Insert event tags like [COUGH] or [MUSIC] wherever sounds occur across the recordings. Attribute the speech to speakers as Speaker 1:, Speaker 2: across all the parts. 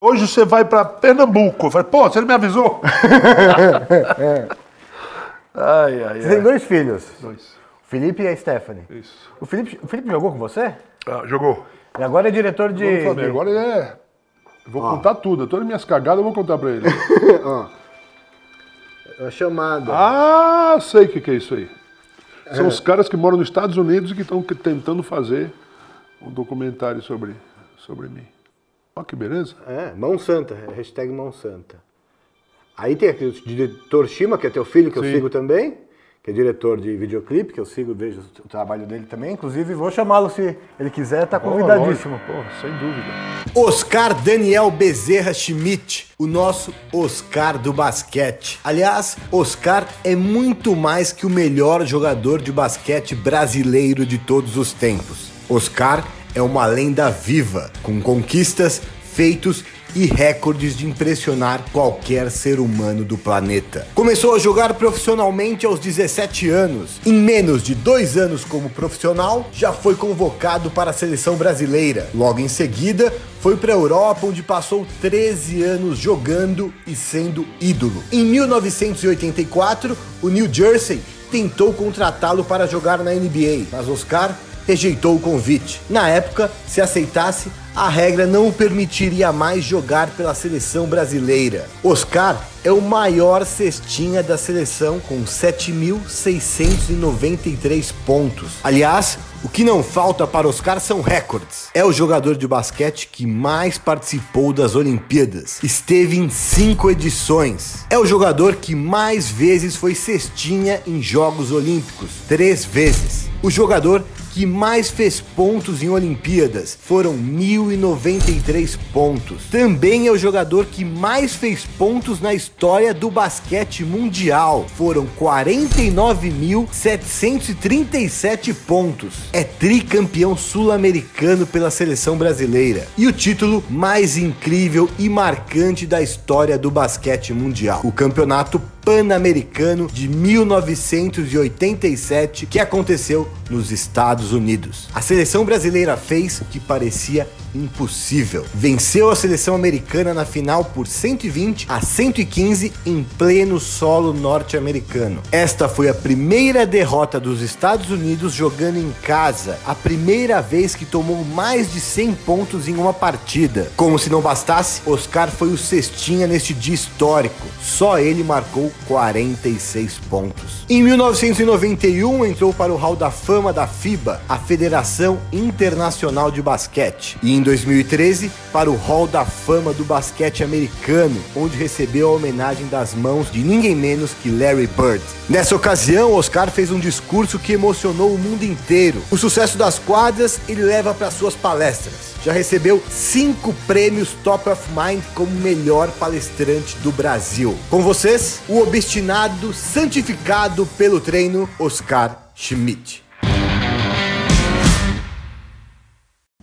Speaker 1: Hoje você vai para Pernambuco. Eu falei, pô, você não me avisou? ai, ai,
Speaker 2: Você tem
Speaker 1: ai.
Speaker 2: dois filhos,
Speaker 1: Dois.
Speaker 2: o Felipe e a Stephanie.
Speaker 1: Isso.
Speaker 2: O Felipe, o Felipe jogou com você?
Speaker 1: Ah, jogou.
Speaker 2: E agora é diretor de.
Speaker 1: Vamos saber. Agora ele é. eu Vou contar tudo. Todas as minhas cagadas eu vou contar pra [LAUGHS] ele.
Speaker 3: É chamado.
Speaker 1: ah, sei o que, que é isso aí. São os caras que moram nos Estados Unidos e que estão tentando fazer um documentário sobre, sobre mim. Olha que beleza.
Speaker 3: É, mão santa, é hashtag mão santa. Aí tem aqui o diretor Shima, que é teu filho, que eu
Speaker 1: Sim.
Speaker 3: sigo também, que é diretor de videoclipe, que eu sigo, vejo
Speaker 2: O trabalho dele também, inclusive vou chamá-lo se ele quiser, tá convidadíssimo.
Speaker 1: Pô, sem dúvida.
Speaker 4: Oscar Daniel Bezerra Schmidt, o nosso Oscar do basquete. Aliás, Oscar é muito mais que o melhor jogador de basquete brasileiro de todos os tempos. Oscar é uma lenda viva, com conquistas, feitos e recordes de impressionar qualquer ser humano do planeta. Começou a jogar profissionalmente aos 17 anos. Em menos de dois anos como profissional, já foi convocado para a seleção brasileira. Logo em seguida, foi para a Europa, onde passou 13 anos jogando e sendo ídolo. Em 1984, o New Jersey tentou contratá-lo para jogar na NBA, mas Oscar rejeitou o convite. Na época, se aceitasse, a regra não o permitiria mais jogar pela seleção brasileira. Oscar é o maior cestinha da seleção com 7.693 pontos. Aliás, o que não falta para Oscar são recordes. É o jogador de basquete que mais participou das Olimpíadas. Esteve em cinco edições. É o jogador que mais vezes foi cestinha em Jogos Olímpicos. Três vezes. O jogador que mais fez pontos em Olimpíadas foram 1.093 pontos. Também é o jogador que mais fez pontos na história do basquete mundial. Foram 49.737 pontos. É tricampeão sul-americano pela seleção brasileira. E o título mais incrível e marcante da história do basquete mundial. O campeonato Pan-Americano de 1987 que aconteceu nos Estados Unidos. A seleção brasileira fez o que parecia impossível. Venceu a seleção americana na final por 120 a 115 em pleno solo norte-americano. Esta foi a primeira derrota dos Estados Unidos jogando em casa, a primeira vez que tomou mais de 100 pontos em uma partida. Como se não bastasse, Oscar foi o cestinha neste dia histórico. Só ele marcou 46 pontos. Em 1991 entrou para o Hall da Fama da FIBA, a Federação Internacional de Basquete, e em 2013 para o Hall da Fama do Basquete Americano, onde recebeu a homenagem das mãos de ninguém menos que Larry Bird. Nessa ocasião, Oscar fez um discurso que emocionou o mundo inteiro. O sucesso das quadras ele leva para suas palestras. Já recebeu cinco prêmios Top of Mind como melhor palestrante do Brasil. Com vocês, o obstinado, santificado pelo treino, Oscar Schmidt.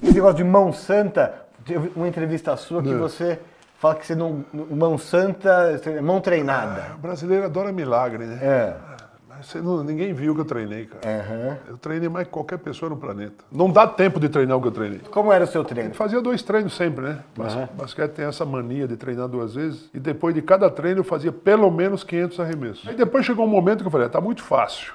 Speaker 2: Esse negócio de mão santa, teve uma entrevista sua que você fala que você não. Mão santa,
Speaker 4: é
Speaker 2: mão treinada.
Speaker 1: O brasileiro adora milagre, né?
Speaker 2: É.
Speaker 1: Mas você não- ninguém viu o que eu treinei, cara. Eu treinei mais que qualquer pessoa no planeta. Não dá tempo de treinar o que eu treinei.
Speaker 2: Como era o seu treino?
Speaker 1: Fazia dois treinos sempre, né? Bas Basquete tem essa mania de treinar duas vezes. E depois de cada treino eu fazia pelo menos 500 arremessos. Aí depois chegou um momento que eu falei, "Ah, tá muito fácil.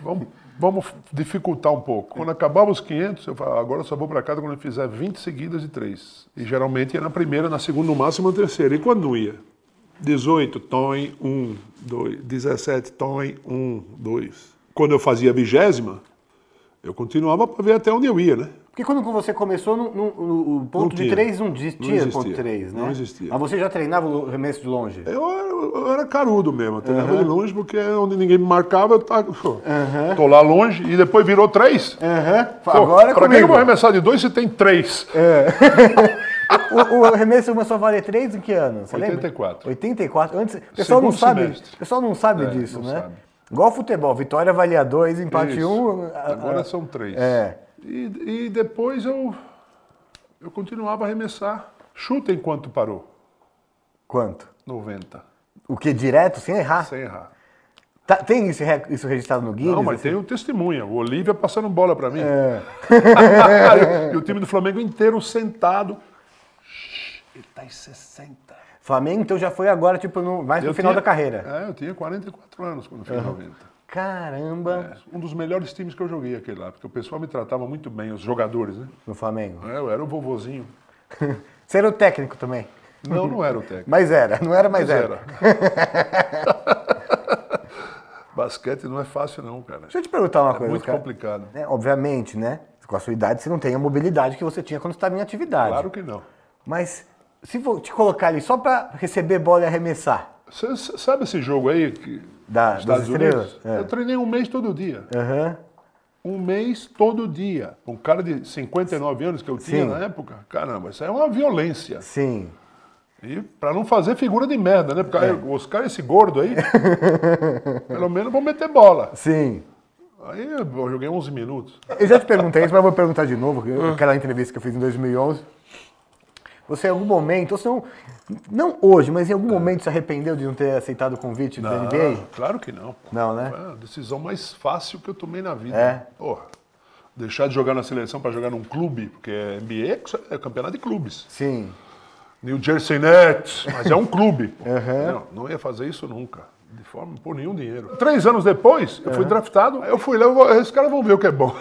Speaker 1: Vamos, vamos dificultar um pouco. Quando acabava os 500, eu falava, "Ah, agora eu só vou pra casa quando eu fizer 20 seguidas de três. E geralmente ia na primeira, na segunda, no máximo na terceira. E quando não ia? 18, tom, 1, 2. 17, tom, 1, 2. um, Quando eu fazia a vigésima, eu continuava para ver até onde eu ia, né?
Speaker 2: Porque quando você começou, não- não- o ponto
Speaker 1: Não
Speaker 2: de
Speaker 1: tinha.
Speaker 2: 3 não
Speaker 1: Não
Speaker 2: existia
Speaker 1: existia.
Speaker 2: ponto 3, né?
Speaker 1: Não existia.
Speaker 2: Mas você já treinava o remesso de longe?
Speaker 1: Eu, era- eu era carudo mesmo, eu treinava de longe, porque onde ninguém me marcava, eu tava, tô lá longe, e depois virou três.
Speaker 2: Aham.
Speaker 1: Pô,
Speaker 2: É, Agora é
Speaker 1: pra que que eu
Speaker 2: comigo. É,
Speaker 1: vou arremessar de dois se tem três?
Speaker 2: O, o arremesso começou a valer 3 em que ano? Você lembra?
Speaker 1: 84.
Speaker 2: 84. Antes, o pessoal não
Speaker 1: Segundo
Speaker 2: sabe,
Speaker 1: semestre.
Speaker 2: o pessoal não sabe
Speaker 1: É,
Speaker 2: disso,
Speaker 1: não
Speaker 2: né?
Speaker 1: sabe.
Speaker 2: Igual futebol, vitória valia 2, empate
Speaker 1: Isso.
Speaker 2: 1. Um, a- a-
Speaker 1: Agora são três.
Speaker 2: É.
Speaker 1: E, e depois eu, eu continuava a arremessar. Chuta enquanto parou,
Speaker 2: Quanto?
Speaker 1: 90,
Speaker 2: O que? Direto, sem errar?
Speaker 1: sem errar.
Speaker 2: Tá- tem isso, re- isso registrado no Guinness?
Speaker 1: Não,
Speaker 2: assim?
Speaker 1: mas tem o testemunha, o Olívia passando bola pra
Speaker 2: É.
Speaker 1: [LAUGHS] mim. e o time do Flamengo inteiro sentado. Ele tá em 60.
Speaker 2: Flamengo, então já foi agora, tipo, no, mais no
Speaker 1: Eu
Speaker 2: final
Speaker 1: tinha-
Speaker 2: da carreira.
Speaker 1: É, eu tinha 44 anos quando fui 90.
Speaker 2: Caramba,
Speaker 1: Um dos melhores times que eu joguei aquele lá, porque o pessoal me tratava muito bem, os jogadores, né?
Speaker 2: no Flamengo.
Speaker 1: É, Eu era o vovozinho.
Speaker 2: Você era o técnico também.
Speaker 1: Não, não era o técnico.
Speaker 2: Mas era, não era, [LAUGHS] mas,
Speaker 1: Mas
Speaker 2: era.
Speaker 1: era. [LAUGHS] Basquete não é fácil, não, cara.
Speaker 2: Deixa eu te perguntar uma
Speaker 1: É
Speaker 2: coisa,
Speaker 1: muito
Speaker 2: cara.
Speaker 1: complicado.
Speaker 2: Né, Obviamente, né? Com a sua idade, você não tem a mobilidade que você tinha quando estava em atividade.
Speaker 1: Claro que não.
Speaker 2: Mas se vou te colocar ali só para receber bola e arremessar,
Speaker 1: Você você sabe esse jogo aí? Que,
Speaker 2: Da- das estrelas? É.
Speaker 1: Eu treinei um mês todo dia.
Speaker 2: Aham.
Speaker 1: Um mês todo dia. Um cara de 59 anos que eu tinha
Speaker 2: Sim.
Speaker 1: na época, caramba, isso aí é uma violência.
Speaker 2: sim.
Speaker 1: E pra não fazer figura de merda, né? Porque
Speaker 2: É.
Speaker 1: aí, o Oscar, esse gordo
Speaker 2: [LAUGHS]
Speaker 1: aí, pelo menos vou meter bola.
Speaker 2: Sim.
Speaker 1: Aí eu joguei 11 minutos.
Speaker 2: Eu já te perguntei isso, mas eu vou perguntar de novo, que-
Speaker 1: Ah.
Speaker 2: aquela entrevista que eu fiz em 2011. Você em algum momento, ou se não, não hoje, mas em
Speaker 1: É.
Speaker 2: algum momento se arrependeu de não ter aceitado o convite do NBA?
Speaker 1: Ah, claro que não. pô.
Speaker 2: Não, né?
Speaker 1: Foi a decisão mais fácil que eu tomei na vida.
Speaker 2: É.
Speaker 1: Porra. Deixar de jogar na seleção pra jogar num clube, porque NBA é campeonato de clubes.
Speaker 2: Sim.
Speaker 1: New Jersey Nets, mas é um clube. pô. Não, não ia fazer isso nunca. De forma, por nenhum dinheiro. Três anos depois, eu fui draftado. Aí eu fui lá, eu vou- esses caras vão ver o que é bom.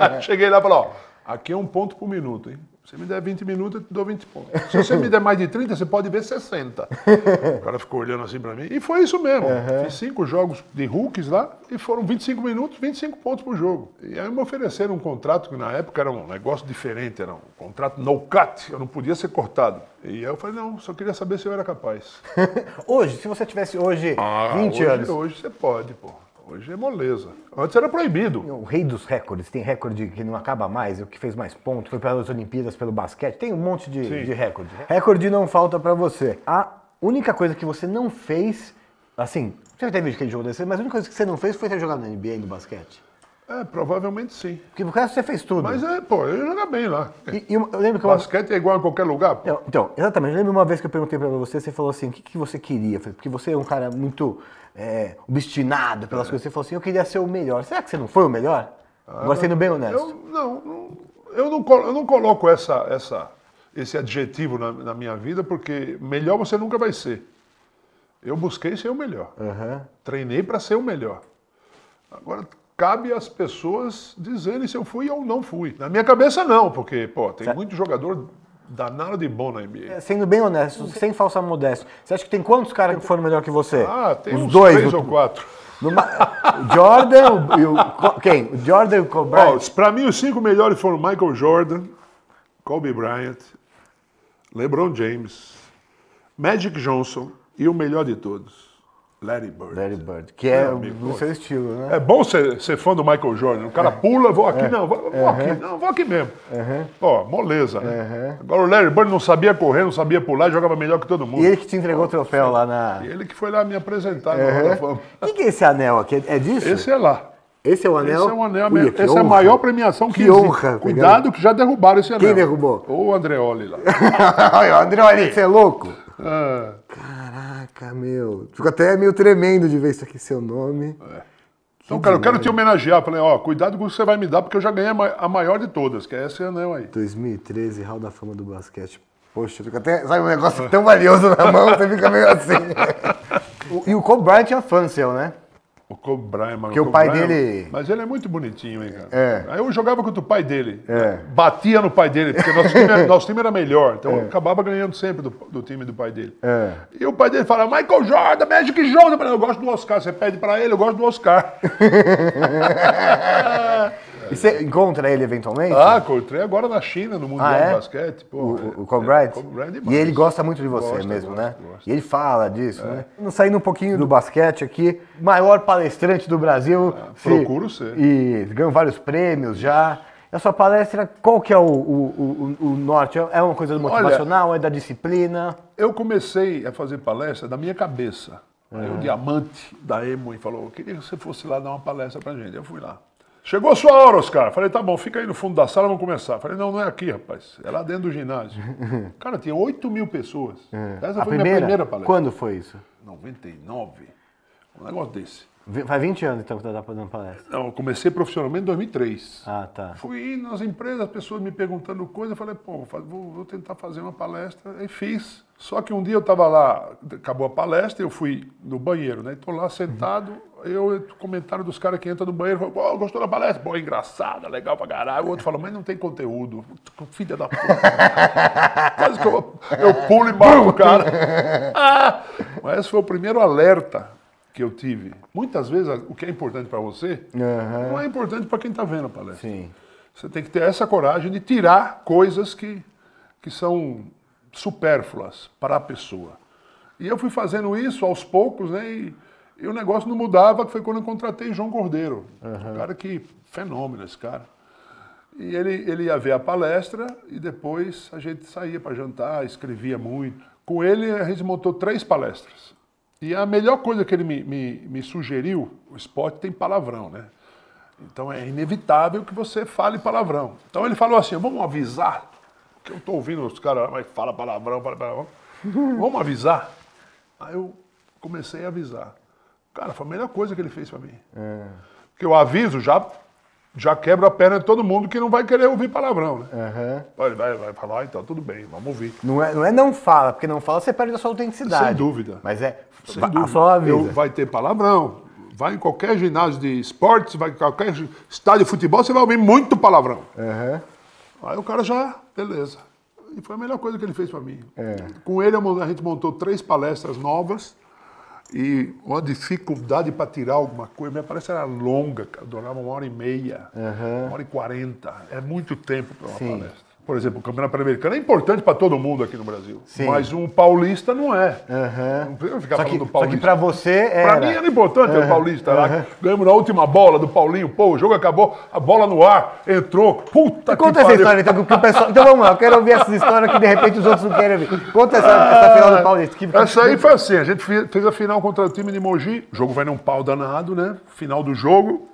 Speaker 1: Aí Cheguei lá e falei, ó, aqui é um ponto por minuto, hein? Você me der 20 minutos, eu te dou 20 pontos. Se você me der mais de 30, você pode ver [LAUGHS] 60. O cara ficou olhando assim pra mim. E foi isso mesmo. Fiz cinco jogos de rookies lá e foram 25 minutos, 25 pontos por jogo. E aí me ofereceram um contrato que na época era um negócio diferente, era um contrato no cut, eu não podia ser cortado. E aí eu falei, não, só queria saber se eu era capaz.
Speaker 2: Hoje, se você tivesse hoje
Speaker 1: Ah,
Speaker 2: 20
Speaker 1: hoje,
Speaker 2: anos,
Speaker 1: Hoje você pode, pô. Hoje é moleza. Antes era proibido.
Speaker 2: o rei dos recordes, tem recorde que não acaba mais, o que fez mais pontos, foi pelas Olimpíadas, pelo basquete, tem um monte de,
Speaker 1: Sim.
Speaker 2: de recorde. Recorde não falta pra você. A única coisa que você não fez, assim, você já teve vídeo que ele jogou desse, mas a única coisa que você não fez foi ter jogado na NBA e no basquete.
Speaker 1: É, provavelmente sim.
Speaker 2: Porque no caso você fez tudo.
Speaker 1: Mas é, pô, eu jogava bem lá.
Speaker 2: E, e uma- eu lembro que uma...
Speaker 1: Basquete é igual a qualquer lugar, pô.
Speaker 2: Não, Então, exatamente. Eu lembro uma vez que eu perguntei pra você, você falou assim, o que, que você queria? Eu falei, Porque você é um cara muito é,
Speaker 1: É.
Speaker 2: obstinado pelas coisas. Você falou assim, eu queria ser o melhor. Será que você não foi o melhor?
Speaker 1: Ah,
Speaker 2: Agora sendo bem honesto.
Speaker 1: Eu não, não- eu não, colo- eu não coloco essa, essa- esse adjetivo na, na minha vida, porque melhor você nunca vai ser. Eu busquei ser o melhor.
Speaker 2: É.
Speaker 1: Treinei para ser o melhor. Agora, cabe às pessoas dizerem se eu fui ou não fui. Na minha cabeça, não, porque, pô,
Speaker 2: Tá.
Speaker 1: tem muito jogador danado de bom na NBA.
Speaker 2: Sendo bem honesto, sem falsa modéstia. Você acha que tem quantos caras que foram melhor que você?
Speaker 1: Ah, tem
Speaker 2: Os
Speaker 1: uns
Speaker 2: dois.
Speaker 1: três
Speaker 2: o-
Speaker 1: ou quatro.
Speaker 2: numa- o Jordan o- e o... Co- Quem? O Jordan e o Kobe Bryant?
Speaker 1: para mim, os cinco melhores foram Michael Jordan, Kobe Bryant, LeBron James, Magic Johnson e o melhor de todos, Larry Bird.
Speaker 2: Larry Bird, que é
Speaker 1: Não,
Speaker 2: o-
Speaker 1: amigo,
Speaker 2: o seu estilo, né?
Speaker 1: É bom ser, ser fã do Michael Jordan. O cara
Speaker 2: É.
Speaker 1: pula, vou aqui, não, vou, vou
Speaker 2: Uhum.
Speaker 1: aqui, não, vou aqui mesmo. Pô, moleza, né? Agora o Larry Bird não sabia correr, não sabia pular, jogava melhor que todo mundo.
Speaker 2: E ele Uhum. que te entregou o troféu lá na...
Speaker 1: E ele que foi lá me apresentar na Hall da Fama.
Speaker 2: O que, que é esse anel aqui? É é disso?
Speaker 1: Esse é lá.
Speaker 2: Esse é o anel?
Speaker 1: Esse é um anel,
Speaker 2: Ui, que
Speaker 1: essa é a
Speaker 2: honra.
Speaker 1: maior premiação que,
Speaker 2: Que
Speaker 1: existe.
Speaker 2: honra,
Speaker 1: Cuidado que já derrubaram esse anel.
Speaker 2: derrubou?
Speaker 1: O Andreoli lá.
Speaker 2: Olha, [LAUGHS] André, olha, você é louco?
Speaker 1: Ah,
Speaker 2: Caraca, meu. Fico até meio tremendo de ver isso aqui, seu nome.
Speaker 1: então, cara, eu quero te homenagear. Falei, ó, cuidado com o que você vai me dar, porque eu já ganhei a ma- a maior de todas, que é esse anel aí.
Speaker 2: 2013, Hall da Fama do Basquete. Poxa, fica até. Sabe um negócio tão valioso na mão, você fica meio assim. [LAUGHS] O- e o Kobe Bryant é fã seu, né?
Speaker 1: O Kobe Bryant, mano.
Speaker 2: Porque o
Speaker 1: Kobe
Speaker 2: pai
Speaker 1: Bryant-
Speaker 2: dele-
Speaker 1: Mas ele é muito bonitinho, hein, cara.
Speaker 2: É.
Speaker 1: Aí eu jogava contra o pai dele.
Speaker 2: É.
Speaker 1: Batia no pai dele, porque nosso time,
Speaker 2: [LAUGHS]
Speaker 1: era- nosso time era melhor. Então eu acabava ganhando sempre do, do time do pai dele.
Speaker 2: É.
Speaker 1: E o pai dele fala, Michael Jordan, Magic Johnson. Eu falei, eu gosto do Oscar. Você pede pra ele, eu gosto do Oscar.
Speaker 2: E você encontra ele eventualmente?
Speaker 1: Ah, encontrei agora na China, no Mundial
Speaker 2: Ah, é?
Speaker 1: de Basquete. Pô,
Speaker 2: O, o Kobe
Speaker 1: É,
Speaker 2: Bryant?
Speaker 1: Kobe Bryant
Speaker 2: e
Speaker 1: demais.
Speaker 2: ele gosta muito de você
Speaker 1: Gosta,
Speaker 2: mesmo,
Speaker 1: gosta,
Speaker 2: né?
Speaker 1: gosta. É.
Speaker 2: E ele fala disso, né? Não, Saindo um pouquinho do basquete aqui, maior palestrante do Brasil. se-
Speaker 1: Ah, procuro ser.
Speaker 2: E ganhou vários prêmios já. E a sua palestra, qual que é o, o- o- o norte? É uma coisa motivacional? é da disciplina?
Speaker 1: Eu comecei a fazer palestra da minha cabeça. Aí
Speaker 2: Uhum.
Speaker 1: o diamante da Emo e falou: queria que você fosse lá dar uma palestra pra gente. Eu fui lá. Chegou a sua hora, Oscar. Falei, tá bom, fica aí no fundo da sala, vamos começar. Falei, não, não é aqui, rapaz. É lá dentro do
Speaker 2: [LAUGHS]
Speaker 1: ginásio. Cara, tinha 8 mil pessoas. Essa
Speaker 2: É. a
Speaker 1: foi
Speaker 2: primeira?
Speaker 1: minha primeira palestra.
Speaker 2: Quando foi isso?
Speaker 1: 99. Um negócio desse.
Speaker 2: Vi- Faz 20 anos então que você tá dando palestra.
Speaker 1: Não, eu comecei profissionalmente em 2003.
Speaker 2: Ah, tá.
Speaker 1: Fui indo nas empresas, as pessoas me perguntando coisa, eu falei, pô, vou fa- vou, vou tentar fazer uma palestra, e fiz. Só que um dia eu estava lá, acabou a palestra, eu fui no banheiro, né? Estou lá sentado, eu comentário dos caras que entram no banheiro, falam, pô, gostou da palestra? Pô, engraçada, legal pra caralho. O outro fala, mas não tem conteúdo. Puta, Filha da puta. Quase que eu, eu pulo e mato o cara. Ah! Mas esse foi o primeiro alerta que eu tive. Muitas vezes, o que é importante para você,
Speaker 2: Aham.
Speaker 1: não é importante para quem está vendo a palestra.
Speaker 2: Sim.
Speaker 1: Você tem que ter essa coragem de tirar coisas que, que são supérfluas para a pessoa. E eu fui fazendo isso aos poucos, né? E, e o negócio não mudava, que foi quando eu contratei João Cordeiro. Um cara que fenômeno esse cara. E ele, ele ia ver a palestra e depois a gente saía para jantar, escrevia muito. Com ele, a gente montou três palestras. E a melhor coisa que ele me, me, me sugeriu, o esporte tem palavrão, né? Então é inevitável que você fale palavrão. Então ele falou assim: vamos avisar, que eu estou ouvindo os caras, mas fala palavrão, fala palavrão. [LAUGHS] Vamos avisar? Aí eu comecei a avisar. Cara, foi a melhor coisa que ele fez para mim. Porque eu aviso, já, já quebra a perna de todo mundo que não vai querer ouvir palavrão, né?
Speaker 2: Aham.
Speaker 1: Olha, Ele vai, vai falar, ah, então tudo bem, vamos ouvir.
Speaker 2: Não, é, não é não fala, porque não fala você perde a sua autenticidade.
Speaker 1: Sem dúvida.
Speaker 2: Mas é.
Speaker 1: Sem
Speaker 2: fa-
Speaker 1: dúvida.
Speaker 2: Só avisa.
Speaker 1: Eu- vai ter palavrão. Vai em qualquer ginásio de esportes, vai em qualquer gi- estádio de futebol, você vai ouvir muito palavrão.
Speaker 2: Aham.
Speaker 1: Aí o cara já, beleza. E foi a melhor coisa que ele fez para mim.
Speaker 2: É.
Speaker 1: Com ele eu mon- a gente montou três palestras novas e uma dificuldade para tirar alguma coisa. Minha palestra era longa, cara, durava uma hora e meia, uma hora e quarenta. É muito tempo para uma
Speaker 2: Sim.
Speaker 1: palestra. Por exemplo, o Campeonato Pan-Americano é importante para todo mundo aqui no Brasil.
Speaker 2: Sim.
Speaker 1: Mas um paulista não é.
Speaker 2: Aham.
Speaker 1: Não precisa ficar
Speaker 2: Só,
Speaker 1: falando
Speaker 2: que,
Speaker 1: do
Speaker 2: só
Speaker 1: paulista.
Speaker 2: que pra você era.
Speaker 1: Pra mim era importante o Paulista lá. Ganhamos na última bola do Paulinho. Pô, o jogo acabou, a bola no ar, entrou. Puta que
Speaker 2: Conta essa
Speaker 1: pariu.
Speaker 2: história, então, que o pessoal. Então vamos lá, eu quero ouvir essas histórias que de repente os outros não querem ouvir. Conta essa, essa final do Paulista. Que,
Speaker 1: Ah, Essa aí foi assim, a gente fe- fez a final contra o time de Mogi, o jogo vai num pau danado, né? Final do jogo,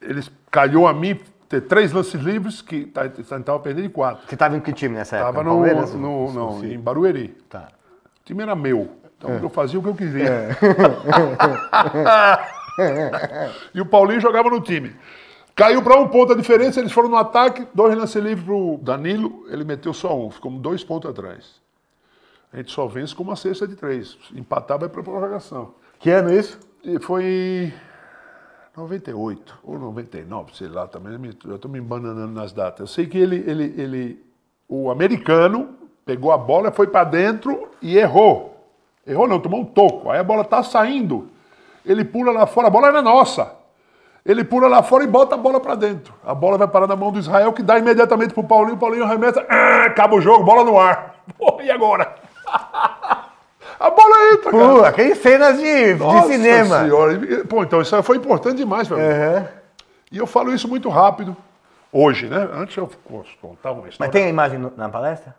Speaker 1: eles calhou a mim ter três lances livres, que tá- tá- tava perdendo de quatro.
Speaker 2: Você tava em que time nessa época?
Speaker 1: Tava no,
Speaker 2: Palmeiras?
Speaker 1: no, não, em Barueri.
Speaker 2: Tá.
Speaker 1: O time era meu, então eu fazia o que eu queria. [LAUGHS] e o Paulinho jogava no time. Caiu para um ponto a diferença, eles foram no ataque, dois lances livres pro Danilo, ele meteu só um, ficamos dois pontos atrás. A gente só vence com uma cesta de três. Empatar vai para prorrogação.
Speaker 2: Que ano isso?
Speaker 1: E foi 98 ou 99, sei lá, também me- eu estou me embananando nas datas. Eu sei que ele, ele, ele, o americano pegou a bola, foi para dentro e errou. Errou não, tomou um toco. Aí a bola tá saindo. Ele pula lá fora, a bola era nossa. Ele pula lá fora e bota a bola para dentro. A bola vai parar na mão do Israel, que dá imediatamente pro Paulinho. O Paulinho arremessa, ah, acaba o jogo, bola no ar. [LAUGHS] Pô, e agora? a bola entra, cara.
Speaker 2: Pô, aquelas cenas de, de
Speaker 1: Nossa
Speaker 2: cinema. É.
Speaker 1: Senhora. E, Pô, então isso foi importante demais pra mim.
Speaker 2: Aham.
Speaker 1: E eu falo isso muito rápido. Hoje, né? Antes eu contava uma
Speaker 2: Mas
Speaker 1: história.
Speaker 2: tem a imagem no- na palestra?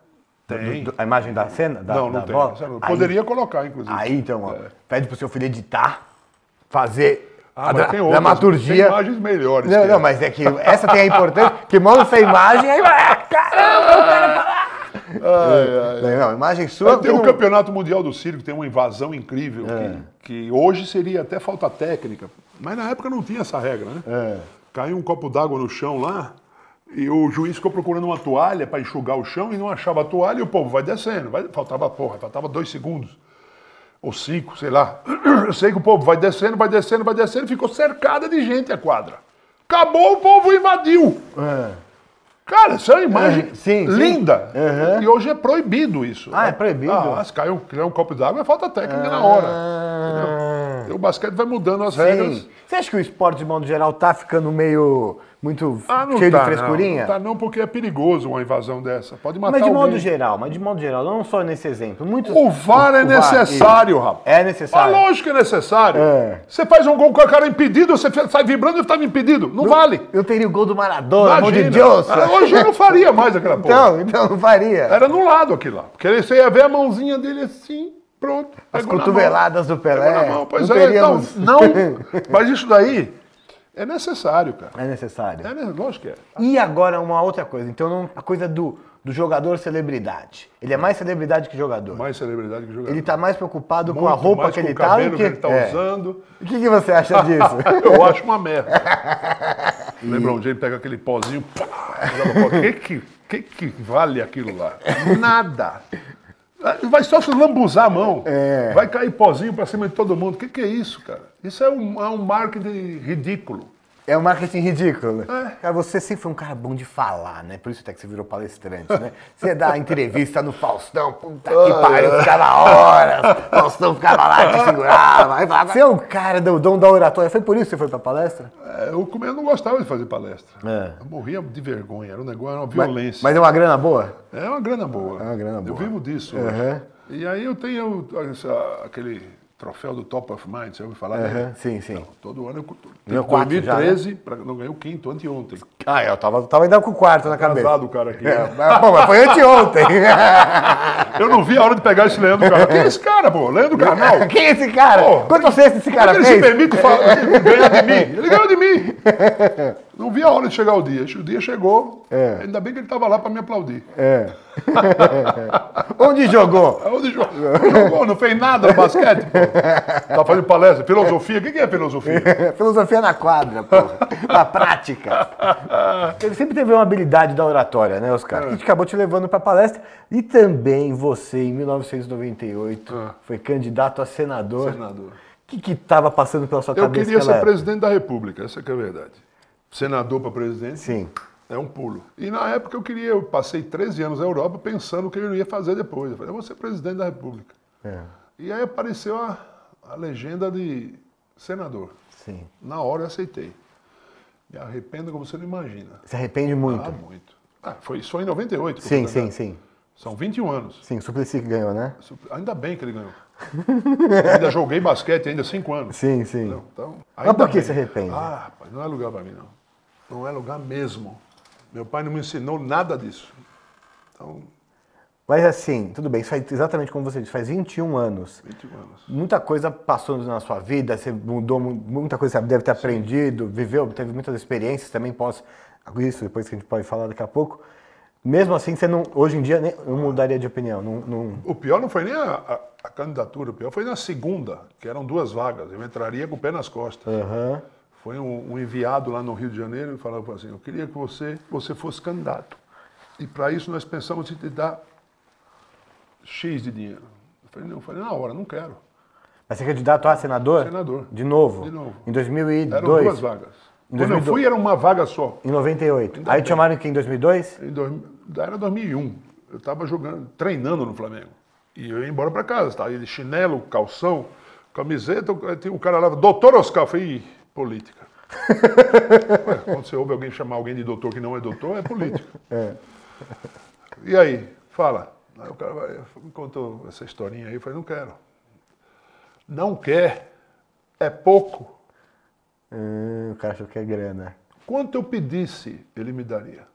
Speaker 1: Tem.
Speaker 2: Do- do- a imagem da cena? Da,
Speaker 1: não, não
Speaker 2: da
Speaker 1: tem.
Speaker 2: bola?
Speaker 1: Essa não-
Speaker 2: Aí-
Speaker 1: Poderia colocar, inclusive.
Speaker 2: Aí, então, ó, pede pro seu filho editar, fazer
Speaker 1: Ah,
Speaker 2: a
Speaker 1: mas
Speaker 2: dra-
Speaker 1: tem outras,
Speaker 2: dramaturgia.
Speaker 1: tem imagens melhores
Speaker 2: Não,
Speaker 1: que
Speaker 2: não,
Speaker 1: essa.
Speaker 2: mas é que essa tem a importância, que manda essa imagem, aí vai, ah, caramba, o cara fala. ah. Não, não, imagem sua.
Speaker 1: Tem um
Speaker 2: que
Speaker 1: o
Speaker 2: não-
Speaker 1: Campeonato Mundial do Circo, tem uma invasão incrível,
Speaker 2: É.
Speaker 1: que, que hoje seria até falta técnica, mas na época não tinha essa regra, né?
Speaker 2: É.
Speaker 1: Caiu um copo d'água no chão lá, e o juiz ficou procurando uma toalha para enxugar o chão e não achava a toalha, e o povo vai descendo, vai, faltava porra, faltava dois segundos. Ou cinco, sei lá. [CLEARS THROAT] Eu sei que o povo vai descendo, vai descendo, vai descendo, ficou cercada de gente a quadra. Acabou, o povo invadiu. Cara, isso é uma imagem
Speaker 2: É, sim, sim.
Speaker 1: linda.
Speaker 2: Aham.
Speaker 1: E hoje é proibido isso.
Speaker 2: Ah, é proibido? Ah.
Speaker 1: Ah, se cair um, criar um copo d'água, é falta técnica na hora. entendeu? E o basquete vai mudando as regras.
Speaker 2: Sim. Você acha que o esporte, de modo geral, tá ficando meio. muito
Speaker 1: Ah, não
Speaker 2: cheio
Speaker 1: tá,
Speaker 2: de frescurinha?
Speaker 1: Não, não tá não, porque é perigoso uma invasão dessa. Pode matar
Speaker 2: Mas de modo
Speaker 1: alguém.
Speaker 2: geral, mas de modo geral, não só nesse exemplo. Muitos...
Speaker 1: O VAR é
Speaker 2: O
Speaker 1: necessário,
Speaker 2: isso.
Speaker 1: rapaz.
Speaker 2: É
Speaker 1: Ah,
Speaker 2: necessário.
Speaker 1: lógico que é necessário.
Speaker 2: É.
Speaker 1: Você faz um gol com a cara impedido, você fe- sai vibrando e estava impedido. Não, vale.
Speaker 2: Eu teria o gol do Maradona, o gol de
Speaker 1: Imagina.
Speaker 2: Johnson.
Speaker 1: Ah, Hoje eu não faria mais aquela porra.
Speaker 2: Então, então [LAUGHS] não faria.
Speaker 1: Era no lado aquilo lá. Porque você ia ver a mãozinha dele assim, pronto.
Speaker 2: As
Speaker 1: pegou na mão.
Speaker 2: cotoveladas do Pelé.
Speaker 1: Pegou na mão, pois
Speaker 2: É, [LAUGHS] não
Speaker 1: é,
Speaker 2: teríamos-
Speaker 1: então, não. Mas isso daí É necessário, cara.
Speaker 2: É necessário.
Speaker 1: É, ne- lógico que é.
Speaker 2: E agora uma outra coisa. Então não, a coisa do, do jogador celebridade. Ele é mais celebridade que jogador.
Speaker 1: Mais celebridade que jogador.
Speaker 2: Ele tá mais preocupado com a
Speaker 1: Muito
Speaker 2: roupa
Speaker 1: mais
Speaker 2: que
Speaker 1: com
Speaker 2: ele
Speaker 1: o
Speaker 2: tá
Speaker 1: cabelo
Speaker 2: do
Speaker 1: que ele tá
Speaker 2: é.
Speaker 1: usando. [LAUGHS]
Speaker 2: O que, que você acha disso?
Speaker 1: Eu acho uma
Speaker 2: [LAUGHS]
Speaker 1: merda. LeBron James pega aquele pozinho, pá, joga pra fora. que, que, que que vale aquilo lá? Nada. Vai só se lambuzar a mão.
Speaker 2: É.
Speaker 1: Vai cair pozinho pra cima de todo mundo. O que, que é isso, cara? Isso é um, é um marketing ridículo.
Speaker 2: É um marketing ridículo.
Speaker 1: É.
Speaker 2: Cara, você sempre foi um cara bom de falar, né? Por isso até que você virou palestrante, né? Você dá entrevista no Faustão, puta que pariu, ficava horas, Faustão ficava lá, te segurava, aí falava, Você é um cara do dom da oratória, foi por isso que você foi pra palestra?
Speaker 1: É, Eu, come- eu não gostava de fazer palestra.
Speaker 2: É.
Speaker 1: Eu morria de vergonha. Era um negócio, era uma
Speaker 2: Mas-
Speaker 1: violência.
Speaker 2: Mas é uma grana boa?
Speaker 1: É uma grana boa.
Speaker 2: É uma grana
Speaker 1: Eu
Speaker 2: boa.
Speaker 1: vivo disso. hoje. E aí eu tenho essa- aquele troféu do Top of Mind, você ouviu falar? né?
Speaker 2: Aham, Uhum. Sim, sim.
Speaker 1: Todo ano eu. cu-
Speaker 2: Ganhou
Speaker 1: Desde
Speaker 2: quatro já, né?
Speaker 1: 2013, pra, não ganhei o quinto, anteontem.
Speaker 2: Ah, eu tava, tava ainda com o quarto na cabeça.
Speaker 1: Casado o cara aqui.
Speaker 2: É, mas, pô, mas foi anteontem.
Speaker 1: Eu não vi a hora de pegar esse Leandro Carnal. Quem é esse cara, pô? Leandro Carnal?
Speaker 2: [LAUGHS] Quem é esse cara?
Speaker 1: Pô,
Speaker 2: Quantos cestos esse cara
Speaker 1: Ele
Speaker 2: fez?
Speaker 1: se permite
Speaker 2: [LAUGHS]
Speaker 1: falar, ele ganhou de mim. Ele ganhou de mim. Não vi a hora de chegar o dia. O dia chegou,
Speaker 2: É.
Speaker 1: ainda bem que ele estava lá para me aplaudir.
Speaker 2: É. [LAUGHS] Onde jogou?
Speaker 1: Aí eu digo, jogou, não fez nada no basquete, pô. Tá fazendo palestra. Filosofia, o que que é filosofia?
Speaker 2: Filosofia na quadra, porra. Na prática. Ele sempre teve uma habilidade da oratória, né, Oscar? Que acabou te levando pra palestra. E também você, em 1998, foi candidato a senador.
Speaker 1: Senador.
Speaker 2: O que que tava passando pela sua
Speaker 1: Eu
Speaker 2: cabeça?
Speaker 1: queria
Speaker 2: naquela
Speaker 1: ser
Speaker 2: época?
Speaker 1: presidente da República, essa que é a verdade. Senador para presidente
Speaker 2: Sim.
Speaker 1: é um pulo. E na época eu queria, eu passei 13 anos na Europa pensando o que eu ia fazer depois. Eu falei, eu vou ser presidente da República.
Speaker 2: É,
Speaker 1: E aí apareceu a, a legenda de senador.
Speaker 2: sim.
Speaker 1: Na hora eu aceitei. Me arrependo como você não imagina.
Speaker 2: Se arrepende muito.
Speaker 1: Ah, muito. Ah, foi, isso foi em 98. que eu
Speaker 2: sim,
Speaker 1: fui candidato.
Speaker 2: sim, sim.
Speaker 1: São 21 anos.
Speaker 2: Sim, o Suplicy que ganhou, né?
Speaker 1: Isso- Ainda bem que ele ganhou. Eu ainda joguei basquete ainda há cinco anos.
Speaker 2: Sim, sim.
Speaker 1: Não, então,
Speaker 2: Mas por que
Speaker 1: ainda
Speaker 2: se arrepende?
Speaker 1: Ah, rapaz, não é lugar para mim, não. Não é lugar mesmo. Meu pai não me ensinou nada disso. Então,
Speaker 2: Mas assim, tudo bem, isso faz exatamente como você disse, faz 21 anos.
Speaker 1: 21 anos.
Speaker 2: Muita coisa passou na sua vida, você mudou mu- muita coisa, você deve ter aprendido, viveu, teve muitas experiências também pós isso, depois que a gente pode falar daqui a pouco. Mesmo assim, você não, hoje em dia nem, não mudaria de opinião. Não, não-
Speaker 1: O pior não foi nem a, a- a candidatura, o pior foi na segunda, que eram duas vagas. Eu entraria com o pé nas costas.
Speaker 2: Aham.
Speaker 1: Foi um, um enviado lá no Rio de Janeiro e falava assim: Eu queria que você, você fosse candidato. E para isso nós pensamos em te dar X de dinheiro. Eu falei: Não, eu falei, na hora, não quero.
Speaker 2: Mas você é candidato a senador?
Speaker 1: Senador.
Speaker 2: De novo?
Speaker 1: De novo.
Speaker 2: Em
Speaker 1: Eram
Speaker 2: 2002?
Speaker 1: duas vagas.
Speaker 2: Em
Speaker 1: Quando eu
Speaker 2: 2002.
Speaker 1: fui, era uma vaga só.
Speaker 2: Em 98. Aí te chamaram aqui em 2002?
Speaker 1: Em dois, era 2001. Eu estava jogando, treinando no Flamengo. E eu ia embora para casa, tá? Ele chinelo, calção, camiseta. eu- Tinha um cara lá, doutor Oscar. Eu falei, "Ih, política. Ué, quando você ouve alguém chamar alguém de doutor que não é doutor, é política. E aí, fala. Aí o cara vai, me contou essa historinha aí. Eu falei, não quero. Não quer. É pouco.
Speaker 2: Hum, o cara achou que é grana.
Speaker 1: Quanto eu pedisse, ele me daria.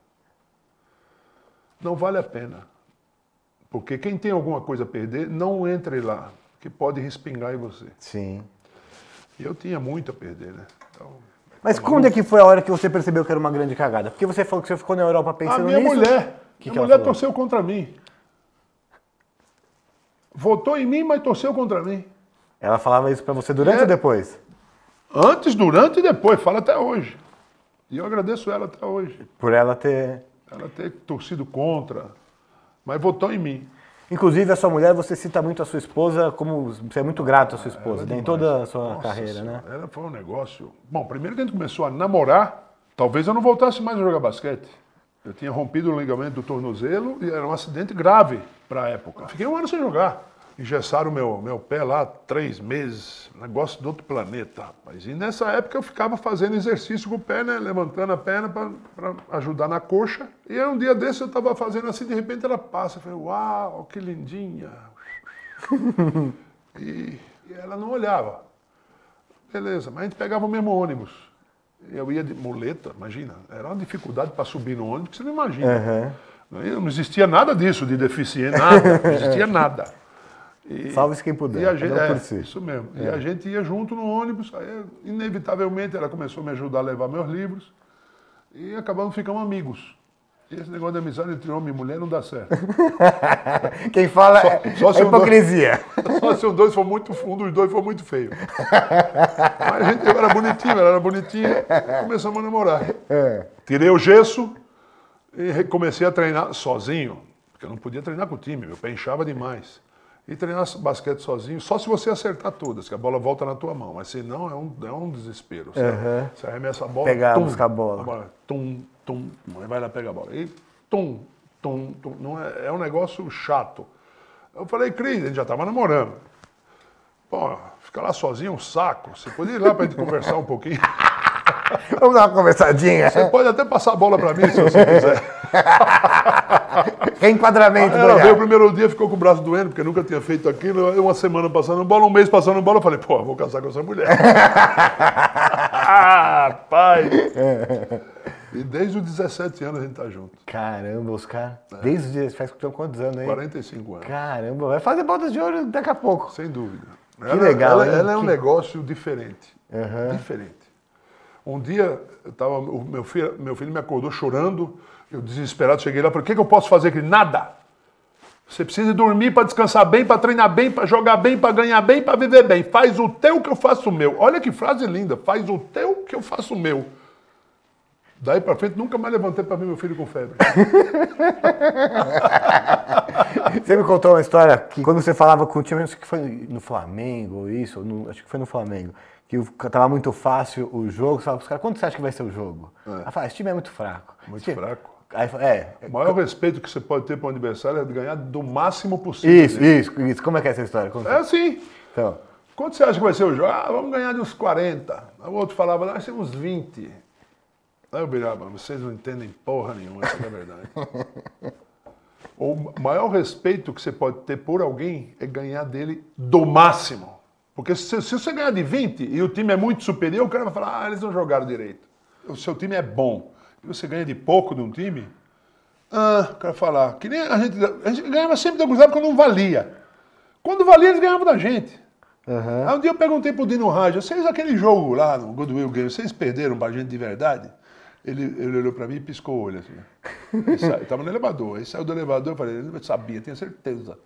Speaker 1: Não vale a pena. Porque quem tem alguma coisa a perder, não entre lá, que pode respingar em você.
Speaker 2: Sim.
Speaker 1: E eu tinha muito a perder, né? Então,
Speaker 2: Mas quando é que foi a hora que você percebeu que era uma grande cagada? Porque você falou que Então, você ficou na Europa
Speaker 1: a
Speaker 2: pensando
Speaker 1: minha
Speaker 2: nisso.
Speaker 1: mulher,
Speaker 2: Que
Speaker 1: minha
Speaker 2: que ela
Speaker 1: mulher
Speaker 2: falou?
Speaker 1: torceu contra mim. Votou em mim, mas torceu contra mim.
Speaker 2: Ela falava isso pra você durante
Speaker 1: É.
Speaker 2: ou depois?
Speaker 1: Antes, durante e depois, fala até hoje. E eu agradeço ela até hoje.
Speaker 2: Por ela ter.
Speaker 1: Ela ter torcido contra, mas votou em mim.
Speaker 2: Inclusive, a sua mulher, você cita muito a sua esposa como. Você é muito grato à
Speaker 1: Ah,
Speaker 2: sua esposa, né? em toda a sua
Speaker 1: Nossa
Speaker 2: carreira, né?
Speaker 1: Senhora, Era, foi um negócio. Bom, primeiro que a gente começou a namorar, talvez eu não voltasse mais a jogar basquete. Eu tinha rompido o ligamento do tornozelo e era um acidente grave para a época. Eu Fiquei um ano sem jogar. Engessaram meu, meu pé lá três meses, negócio do outro planeta, rapaz. E nessa época eu ficava fazendo exercício com o pé, né? Levantando a perna para ajudar na coxa. E aí um dia desse eu estava fazendo assim, de repente ela passa. Eu falei, uau, que lindinha. [LAUGHS] E, e ela não olhava. Beleza, mas a gente pegava o mesmo ônibus. Eu ia de muleta, imagina. Era uma dificuldade para subir no ônibus que você não
Speaker 2: [LAUGHS]
Speaker 1: imagina. Não ia- Não existia nada disso de deficiente, nada. Não existia nada. E-
Speaker 2: Salve-se quem puder,
Speaker 1: E a gente,
Speaker 2: cada um
Speaker 1: é,
Speaker 2: por si.
Speaker 1: Isso mesmo. E a gente ia junto no ônibus, aí, inevitavelmente, ela começou a me ajudar a levar meus livros e acabamos ficando amigos. E esse negócio de amizade entre homem e mulher não dá certo.
Speaker 2: Quem fala
Speaker 1: Só-
Speaker 2: é,
Speaker 1: só
Speaker 2: é
Speaker 1: se um [LAUGHS]
Speaker 2: hipocrisia.
Speaker 1: Só se os dois for muito fundo, os dois for muito feio. Mas a gente, eu era bonitinho, ela era bonitinha, começamos a namorar. Tirei o gesso e re- comecei a treinar sozinho, porque eu não podia treinar com o time, meu pé inchava demais. E treinar s- basquete sozinho, só se você acertar todas, que a bola volta na tua mão. Mas se não, é um, é um desespero. Você, você arremessa a bola,
Speaker 2: Pegar,
Speaker 1: tum,
Speaker 2: buscar a bola.
Speaker 1: tum, tum, aí vai lá pegar a bola. E tum, tum, tum. Não é, é um negócio chato. Eu falei, Cris, a gente já estava namorando. Pô, ficar lá sozinho é um saco. Você poderia ir lá pra gente conversar um
Speaker 2: [LAUGHS]
Speaker 1: pouquinho?
Speaker 2: Vamos dar uma conversadinha.
Speaker 1: Você pode até passar a bola pra mim, se você
Speaker 2: [LAUGHS]
Speaker 1: quiser.
Speaker 2: Reenquadramento,
Speaker 1: Ah, Ela
Speaker 2: mulher.
Speaker 1: veio o primeiro dia, ficou com o braço doendo, porque nunca tinha feito aquilo. Eu, uma semana passando bola, um mês passando bola, eu falei, pô, vou casar com essa mulher. ah, pai! E desde os 17 anos a gente tá junto.
Speaker 2: Caramba, Oscar.
Speaker 1: É.
Speaker 2: Desde os dias, faz então, quantos anos aí?
Speaker 1: 45 anos,
Speaker 2: Caramba, vai fazer botas de ouro daqui a pouco.
Speaker 1: sem dúvida. Que
Speaker 2: legal,
Speaker 1: Ela,
Speaker 2: hein?
Speaker 1: ela é um
Speaker 2: Que-
Speaker 1: negócio diferente. Diferente. Um dia, eu tava, o meu, filho, meu filho me acordou chorando, eu desesperado, cheguei lá, falei, o que, que eu posso fazer? Ele, nada. Você precisa dormir para descansar bem, para treinar bem, para jogar bem, para ganhar bem, para viver bem. Faz o teu que eu faço o meu. Olha que frase linda. Faz o teu que eu faço o meu. Daí para frente, nunca mais levantei para ver meu filho com febre.
Speaker 2: Você me contou uma história que quando você falava com o time, não sei que foi no Flamengo ou isso, ou no- acho que foi no Flamengo, que o- tava muito fácil o jogo, você falava pros caras, quando você acha que vai ser o jogo? Ela fala, esse time é muito fraco.
Speaker 1: Muito
Speaker 2: Esse time-
Speaker 1: fraco.
Speaker 2: Aí, fala, é,
Speaker 1: O maior respeito que você pode ter para um adversário é ganhar do máximo possível.
Speaker 2: isso, isso, isso. Como é que é essa história? Conta.
Speaker 1: É assim.
Speaker 2: Então,
Speaker 1: Quanto você acha que vai ser o jogo? Ah, vamos ganhar de uns 40. Aí o outro falava, nós temos 20. Aí eu virava, vocês não entendem porra nenhuma, essa é a [LAUGHS] verdade. o maior respeito que você pode ter por alguém é ganhar dele do máximo. Porque se, se você ganhar de 20 e o time é muito superior, o cara vai falar, ah, eles não jogaram direito. O seu time é bom. E você ganha de pouco de um time, ah, o cara falar, que nem a gente, a gente ganhava sempre da cruzada porque não valia. Quando valia, eles ganhavam da gente. Aí um dia eu perguntei pro Dino Rádio, vocês aquele jogo lá no Goodwill Games, vocês perderam pra gente de verdade? Ele, ele olhou pra mim e piscou o olho assim. Ele sa- eu tava no elevador, ele saiu do elevador, eu falei, ele sabia, tinha certeza.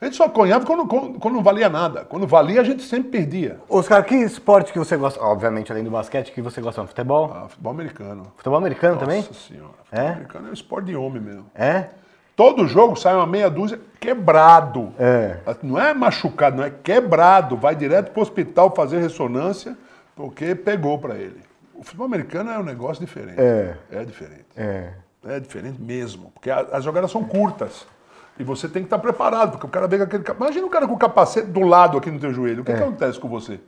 Speaker 1: A gente só ganhava quando, quando, quando não valia nada. Quando valia, a gente sempre perdia.
Speaker 2: Oscar, que esporte que você gosta? Obviamente, além do basquete, que você gosta? Futebol?
Speaker 1: Ah, futebol americano.
Speaker 2: Futebol americano também?
Speaker 1: Nossa senhora. Futebol
Speaker 2: É?
Speaker 1: americano é um esporte de homem mesmo.
Speaker 2: É?
Speaker 1: Todo jogo sai uma meia dúzia quebrado.
Speaker 2: É.
Speaker 1: Não é machucado, não é quebrado. Vai direto pro hospital fazer ressonância porque pegou pra ele. O futebol americano é um negócio diferente.
Speaker 2: É.
Speaker 1: É diferente.
Speaker 2: É.
Speaker 1: É diferente mesmo, porque a- as jogadas são curtas. E você tem que estar preparado, porque o cara vem com aquele... cap- Imagina o cara com o capacete do lado aqui no teu joelho. O
Speaker 2: É.
Speaker 1: que, que acontece com você?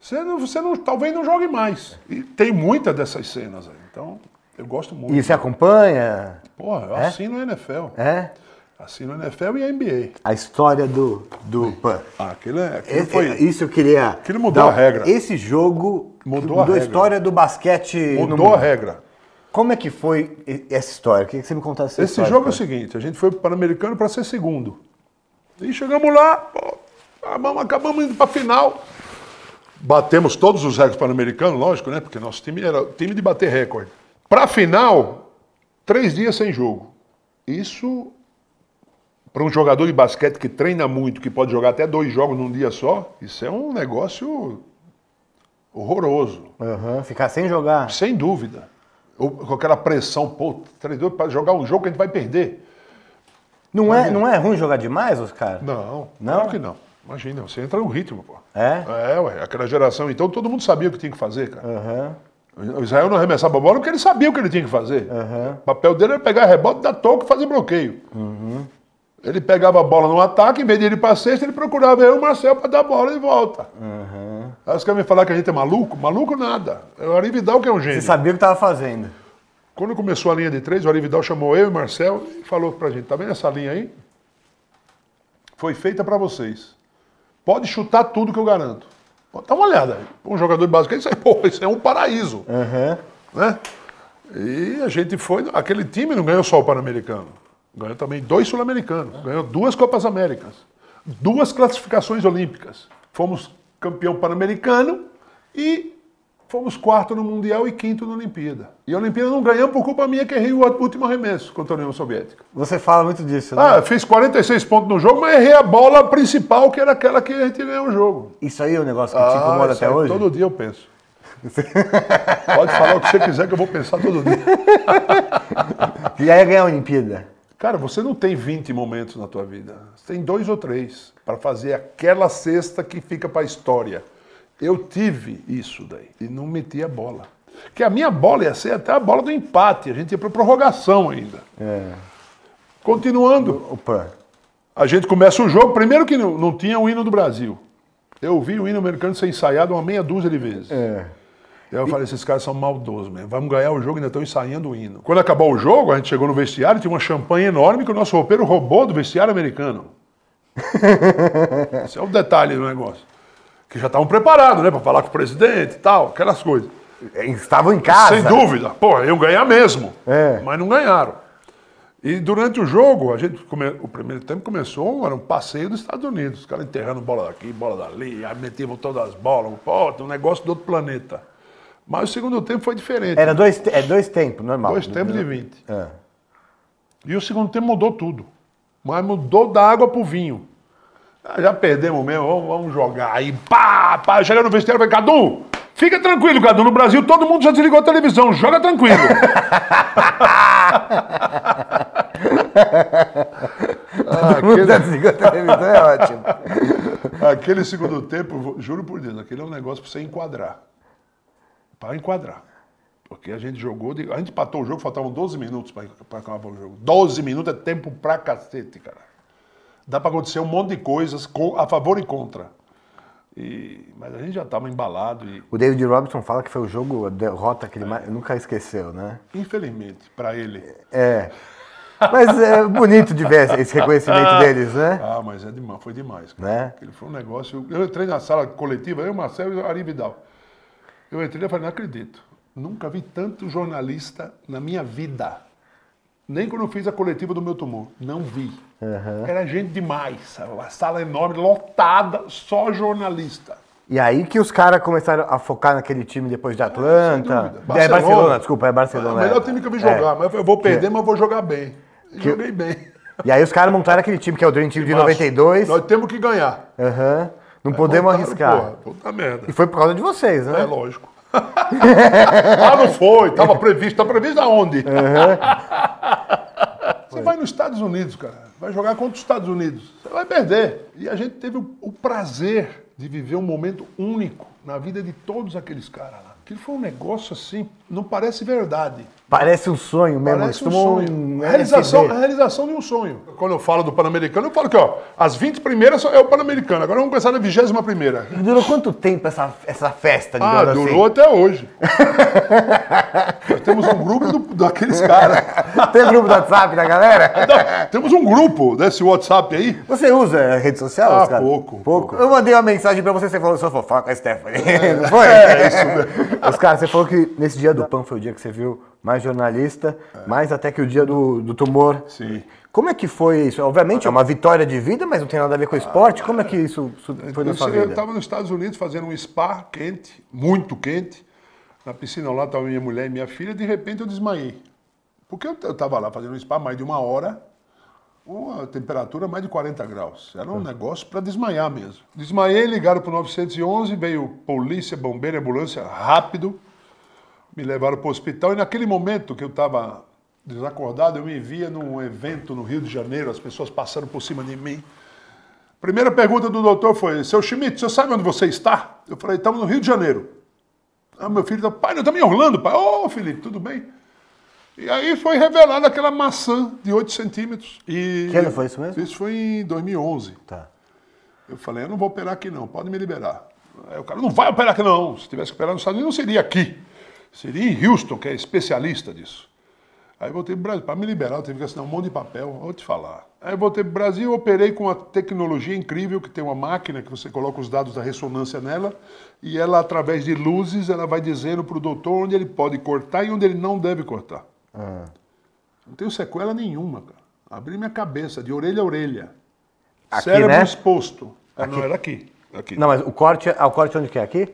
Speaker 1: Você, não, você não, talvez não jogue mais. E tem muita dessas cenas aí. Então, eu gosto muito.
Speaker 2: E você acompanha?
Speaker 1: Porra, eu
Speaker 2: É?
Speaker 1: assino a NFL.
Speaker 2: É?
Speaker 1: Assino a NFL e a NBA.
Speaker 3: A história do, do Pan.
Speaker 1: Ah, aquilo, é, aquilo
Speaker 3: Esse-
Speaker 1: foi...
Speaker 3: Isso eu queria.
Speaker 1: Aquilo mudou a regra.
Speaker 2: Esse jogo
Speaker 1: Mudou
Speaker 2: mudou,
Speaker 1: a
Speaker 2: a,
Speaker 1: regra.
Speaker 2: história do basquete. no
Speaker 1: Mudou
Speaker 2: mundo.
Speaker 1: a regra.
Speaker 2: Como é que foi e- essa história? Eu Queria que você me contasse essa
Speaker 1: Esse
Speaker 2: história,
Speaker 1: jogo é o
Speaker 2: cara.
Speaker 1: seguinte, a gente foi pro Pan-Americano para ser segundo. E chegamos lá, pô, acabamos, acabamos indo para final. Batemos todos os recordes pan-americanos, lógico, né? Porque nosso time era o time de bater recorde. Para final, três dias sem jogo. Isso, para um jogador de basquete que treina muito, que pode jogar até dois jogos num dia só, isso é um negócio horroroso.
Speaker 2: Aham, Ficar sem jogar.
Speaker 1: Sem dúvida. Ou com aquela pressão, pô, treinador para jogar um jogo que a gente vai perder.
Speaker 2: Não é, não é ruim jogar demais, Oscar?
Speaker 1: Não,
Speaker 2: Não?
Speaker 1: claro que não. Imagina, você entra no ritmo, pô.
Speaker 2: É?
Speaker 1: É, ué, aquela geração, então todo mundo sabia o que tinha que fazer, cara.
Speaker 2: Aham.
Speaker 1: O Israel não arremessava a bola porque ele sabia o que ele tinha que fazer. O papel dele era pegar rebote, dar toque e fazer bloqueio.
Speaker 2: Uhum.
Speaker 1: Ele pegava a bola no ataque, em vez de ele ir pra cesta, ele procurava eu e o Marcel pra dar a bola de volta. Aí os caras me falaram que a gente é maluco? Maluco nada. É o Ari Vidal que é um gênio.
Speaker 2: Você sabia o que estava fazendo.
Speaker 1: Quando começou a linha de três, o Ari Vidal chamou eu e o Marcel e falou pra gente, tá vendo essa linha aí? Foi feita pra vocês. Pode chutar tudo que eu garanto. Pô, Dá uma olhada. aí. Um jogador de basquete, isso é, pô, isso é um paraíso.
Speaker 2: Aham.
Speaker 1: Né? E a gente foi... Aquele time não ganhou só o Pan-Americano. Ganhou também dois Sul-Americanos. Ganhou duas Copas Américas. duas classificações olímpicas. Fomos campeão pan-americano e fomos quarto no Mundial e quinto na Olimpíada. E a Olimpíada não ganhamos por culpa minha que errei o último arremesso contra a União Soviética.
Speaker 2: Você fala muito disso, né?
Speaker 1: Ah, fiz 46 pontos no jogo, mas errei a bola principal, que era aquela que a gente ganhou o jogo.
Speaker 2: Isso aí é um negócio que te incomoda
Speaker 1: Ah, isso
Speaker 2: até
Speaker 1: aí
Speaker 2: hoje?
Speaker 1: Todo dia eu penso. [LAUGHS] Pode falar o que você quiser que eu vou pensar todo dia.
Speaker 2: E aí ganhar a Olimpíada.
Speaker 1: Cara, você não tem 20 momentos na tua vida. Você tem dois ou três para fazer aquela cesta que fica para a história. Eu tive isso daí e não meti a bola. Que a minha bola ia ser até a bola do empate. A gente ia para prorrogação ainda. Continuando.
Speaker 2: Opa.
Speaker 1: A gente começa o jogo, primeiro que não, não tinha o hino do Brasil. Eu ouvi o hino americano ser ensaiado uma meia dúzia de vezes.
Speaker 2: É.
Speaker 1: Aí eu falei, esses caras são maldosos mesmo. Vamos ganhar o jogo e ainda estão ensaiando o hino. Quando acabou o jogo, a gente chegou no vestiário, tinha uma champanhe enorme que o nosso roupeiro roubou do vestiário americano. Esse é o detalhe do negócio. Que já estavam preparados, né? Pra falar com o presidente e tal, aquelas coisas.
Speaker 2: Estavam em casa.
Speaker 1: Sem dúvida. Pô, iam ganhar mesmo.
Speaker 2: É.
Speaker 1: Mas não ganharam. E durante o jogo, a gente come- o primeiro tempo começou, era um passeio dos Estados Unidos. Os caras enterrando bola daqui, bola dali, aí metiam todas as bolas, um pote, um negócio do outro planeta. Mas o segundo tempo foi diferente.
Speaker 2: Era dois, te- é dois tempos, normal.
Speaker 1: Dois tempos
Speaker 2: [LAUGHS]
Speaker 1: de 20.
Speaker 2: É.
Speaker 1: E o segundo tempo mudou tudo. Mas mudou da água pro vinho. Ah, Já perdemos mesmo, vamos, vamos jogar. Aí pá, pá, chega no vestiário e fala, Cadu, fica tranquilo, Cadu. No Brasil todo mundo já desligou a televisão, joga tranquilo.
Speaker 2: [LAUGHS] Já desligou a televisão, é ótimo.
Speaker 1: Aquele segundo tempo, eu vou- juro por Deus, aquele é um negócio pra você enquadrar. Para enquadrar. Porque a gente jogou, de- a gente empatou o jogo, faltavam 12 minutos para acabar o jogo. 12 minutos é tempo pra cacete, cara. Dá pra acontecer um monte de coisas co- a favor e contra. E- mas a gente já tava embalado e,
Speaker 2: O David Robinson fala que foi o jogo, a derrota que ele
Speaker 1: É.
Speaker 2: mais- nunca esqueceu, né?
Speaker 1: infelizmente, pra ele.
Speaker 2: É. Mas é bonito de ver esse
Speaker 1: [LAUGHS]
Speaker 2: reconhecimento deles, né?
Speaker 1: Ah, mas é demais, foi demais. Cara.
Speaker 2: Né?
Speaker 1: Aquele foi um negócio. Eu entrei na sala coletiva, eu, Marcelo e o Ari Vidal. Eu entrei e falei, não acredito. Nunca vi tanto jornalista na minha vida. Nem quando eu fiz a coletiva do meu tumor. Não vi. Era gente demais. sabe? A sala enorme, lotada, só jornalista.
Speaker 2: E aí que os caras começaram a focar naquele time depois de
Speaker 1: Ah, Sem
Speaker 2: Atlanta.
Speaker 1: dúvida.
Speaker 2: é Barcelona, desculpa, é Barcelona.
Speaker 1: É o melhor
Speaker 2: é.
Speaker 1: time que eu vi
Speaker 2: É.
Speaker 1: jogar. Mas eu vou perder, mas eu vou jogar bem. E Joguei bem.
Speaker 2: E aí os caras montaram aquele time que é o Dream Team de 92.
Speaker 1: Nós temos que ganhar.
Speaker 2: Aham. Não podemos
Speaker 1: Voltaram,
Speaker 2: arriscar.
Speaker 1: Porra, puta merda.
Speaker 2: E foi por causa de vocês, né?
Speaker 1: É lógico. [LAUGHS] ah, não foi. Tava previsto. Tá previsto aonde? Você vai nos Estados Unidos, cara. Vai jogar contra os Estados Unidos. Você vai perder. E a gente teve o, o prazer de viver um momento único na vida de todos aqueles caras lá. Aquilo foi um negócio assim, não parece verdade.
Speaker 2: Parece um sonho mesmo.
Speaker 1: Parece um
Speaker 2: eles tomam
Speaker 1: sonho. A
Speaker 2: LSD.
Speaker 1: realização, a realização de um sonho. Quando eu falo do Pan-Americano, eu falo que ó, as 20 primeiras é o Pan-Americano. Agora vamos começar na 21 primeira.
Speaker 2: Durou quanto tempo essa, essa festa,
Speaker 1: Ah,
Speaker 2: digamos assim?
Speaker 1: durou até hoje. Nós temos um grupo do- daqueles
Speaker 2: [LAUGHS]
Speaker 1: caras.
Speaker 2: Tem grupo do WhatsApp da
Speaker 1: [LAUGHS]
Speaker 2: galera?
Speaker 1: Não, temos um grupo desse WhatsApp aí.
Speaker 2: Você usa a rede social,
Speaker 1: Ah,
Speaker 2: Oscar?
Speaker 1: pouco, pouco.
Speaker 2: Eu mandei uma mensagem pra você, você falou, só fofoca com a Stephanie. [LAUGHS] Não foi?
Speaker 1: É, isso mesmo.
Speaker 2: Oscar, você falou que nesse dia do PAN foi o dia que você viu mais jornalista, mais até que o dia do, do tumor.
Speaker 1: É. Sim.
Speaker 2: Como é que foi isso? Obviamente é uma vitória de vida, mas não tem nada a ver com o esporte. Como é que isso su- foi na sua
Speaker 1: eu
Speaker 2: vida?
Speaker 1: estava nos Estados Unidos fazendo um spa quente, muito quente. Na piscina lá estava minha mulher e minha filha. De repente eu desmaiei. Porque eu estava lá fazendo um spa mais de uma hora, uma temperatura mais de 40 graus. Era
Speaker 2: Ah.
Speaker 1: um negócio para desmaiar mesmo. Desmaiei, ligaram para o 911, veio polícia, bombeiro, ambulância, rápido. Me levaram para o hospital e naquele momento que eu estava desacordado, eu me via num evento no Rio de Janeiro, as pessoas passando por cima de mim. Primeira pergunta do doutor foi: Seu Schmidt, você sabe onde você está? Eu falei: Estamos no Rio de Janeiro. Ah, meu filho, tá- pai, nós estamos em Orlando, pai. Ô, Felipe, tudo bem? E aí foi revelada aquela maçã de 8 centímetros. E
Speaker 2: Que ano foi isso mesmo?
Speaker 1: Isso foi em 2011.
Speaker 2: Tá.
Speaker 1: Eu falei, eu não vou operar aqui não, pode me liberar. Aí o cara, não vai operar aqui não. Se tivesse que operar nos Estados Unidos, não seria aqui. Seria em Houston, que é especialista disso. Aí eu voltei para o Brasil, para me liberar, eu tive que assinar um monte de papel, vou te falar. Aí eu voltei para o Brasil, operei com uma tecnologia incrível, que tem uma máquina que você coloca os dados da ressonância nela, e ela, através de luzes, ela vai dizendo para o doutor onde ele pode cortar e onde ele não deve cortar.
Speaker 2: Ah.
Speaker 1: Não tenho sequela nenhuma, cara. Abri minha cabeça, de orelha a orelha.
Speaker 2: Aqui,
Speaker 1: Cérebro
Speaker 2: né?
Speaker 1: exposto. Ah, Não, era aqui. aqui.
Speaker 2: Não, mas o corte, ah, o corte onde que é? Aqui?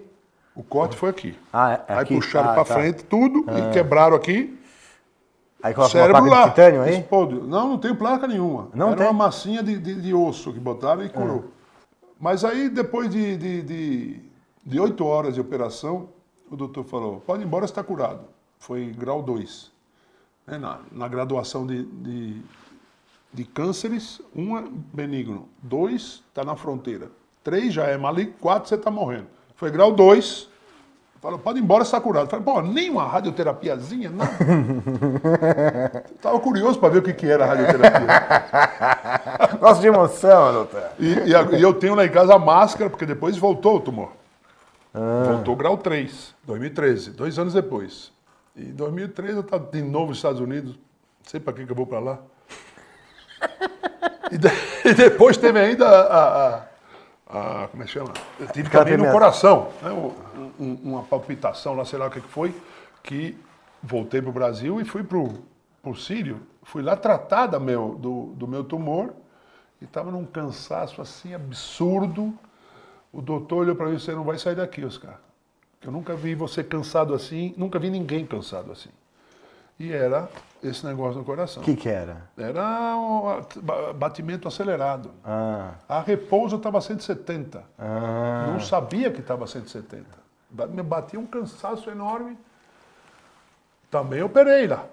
Speaker 1: O corte foi aqui.
Speaker 2: Ah, é- é
Speaker 1: aí
Speaker 2: aqui?
Speaker 1: puxaram
Speaker 2: Ah,
Speaker 1: pra
Speaker 2: tá.
Speaker 1: frente tudo e quebraram aqui.
Speaker 2: Aí
Speaker 1: O
Speaker 2: coloca uma
Speaker 1: cérebro
Speaker 2: placa
Speaker 1: lá.
Speaker 2: de titânio aí?
Speaker 1: expondo. Não, não tem placa nenhuma.
Speaker 2: Não
Speaker 1: era
Speaker 2: tem? Ah.
Speaker 1: uma massinha de, de, de osso que botaram e curou. Mas aí, depois de, de, de, de oito horas de operação, o doutor falou, pode ir embora, está curado. Foi grau 2. na, na graduação de, de, de cânceres, um é benigno, dois está na fronteira, três já é maligno, quatro você está morrendo. Foi grau 2, falou, pode ir embora, está curado. Falei, pô, nem uma radioterapiazinha, nada. Estava curioso para ver o que, que era a radioterapia.
Speaker 2: Nossa, de emoção, doutor.
Speaker 1: E, e a- e eu tenho lá em casa a máscara, porque depois voltou o tumor. Voltou grau 3, 2013, dois anos depois. E em 2013 eu estava de novo nos Estados Unidos, não sei para que, que eu vou para lá. E, de- [LAUGHS] e depois teve ainda a, a- a- a- Como é que chama? Eu tive também no
Speaker 2: Tratamento.
Speaker 1: coração, né? Um- um- uma palpitação lá, sei lá o que, que foi, que voltei para o Brasil e fui para o Sírio. Fui lá tratar da meu, do, do meu tumor e estava num cansaço assim absurdo. O doutor olhou para mim e disse: Você não vai sair daqui, Oscar. Eu nunca vi você cansado assim, nunca vi ninguém cansado assim. E era esse negócio no coração.
Speaker 2: O que que era?
Speaker 1: Era um at- ba- batimento acelerado.
Speaker 2: Ah,
Speaker 1: A repouso estava 170.
Speaker 2: ah.
Speaker 1: Não sabia que estava 170. Ba- Me batia um cansaço enorme. Também operei lá.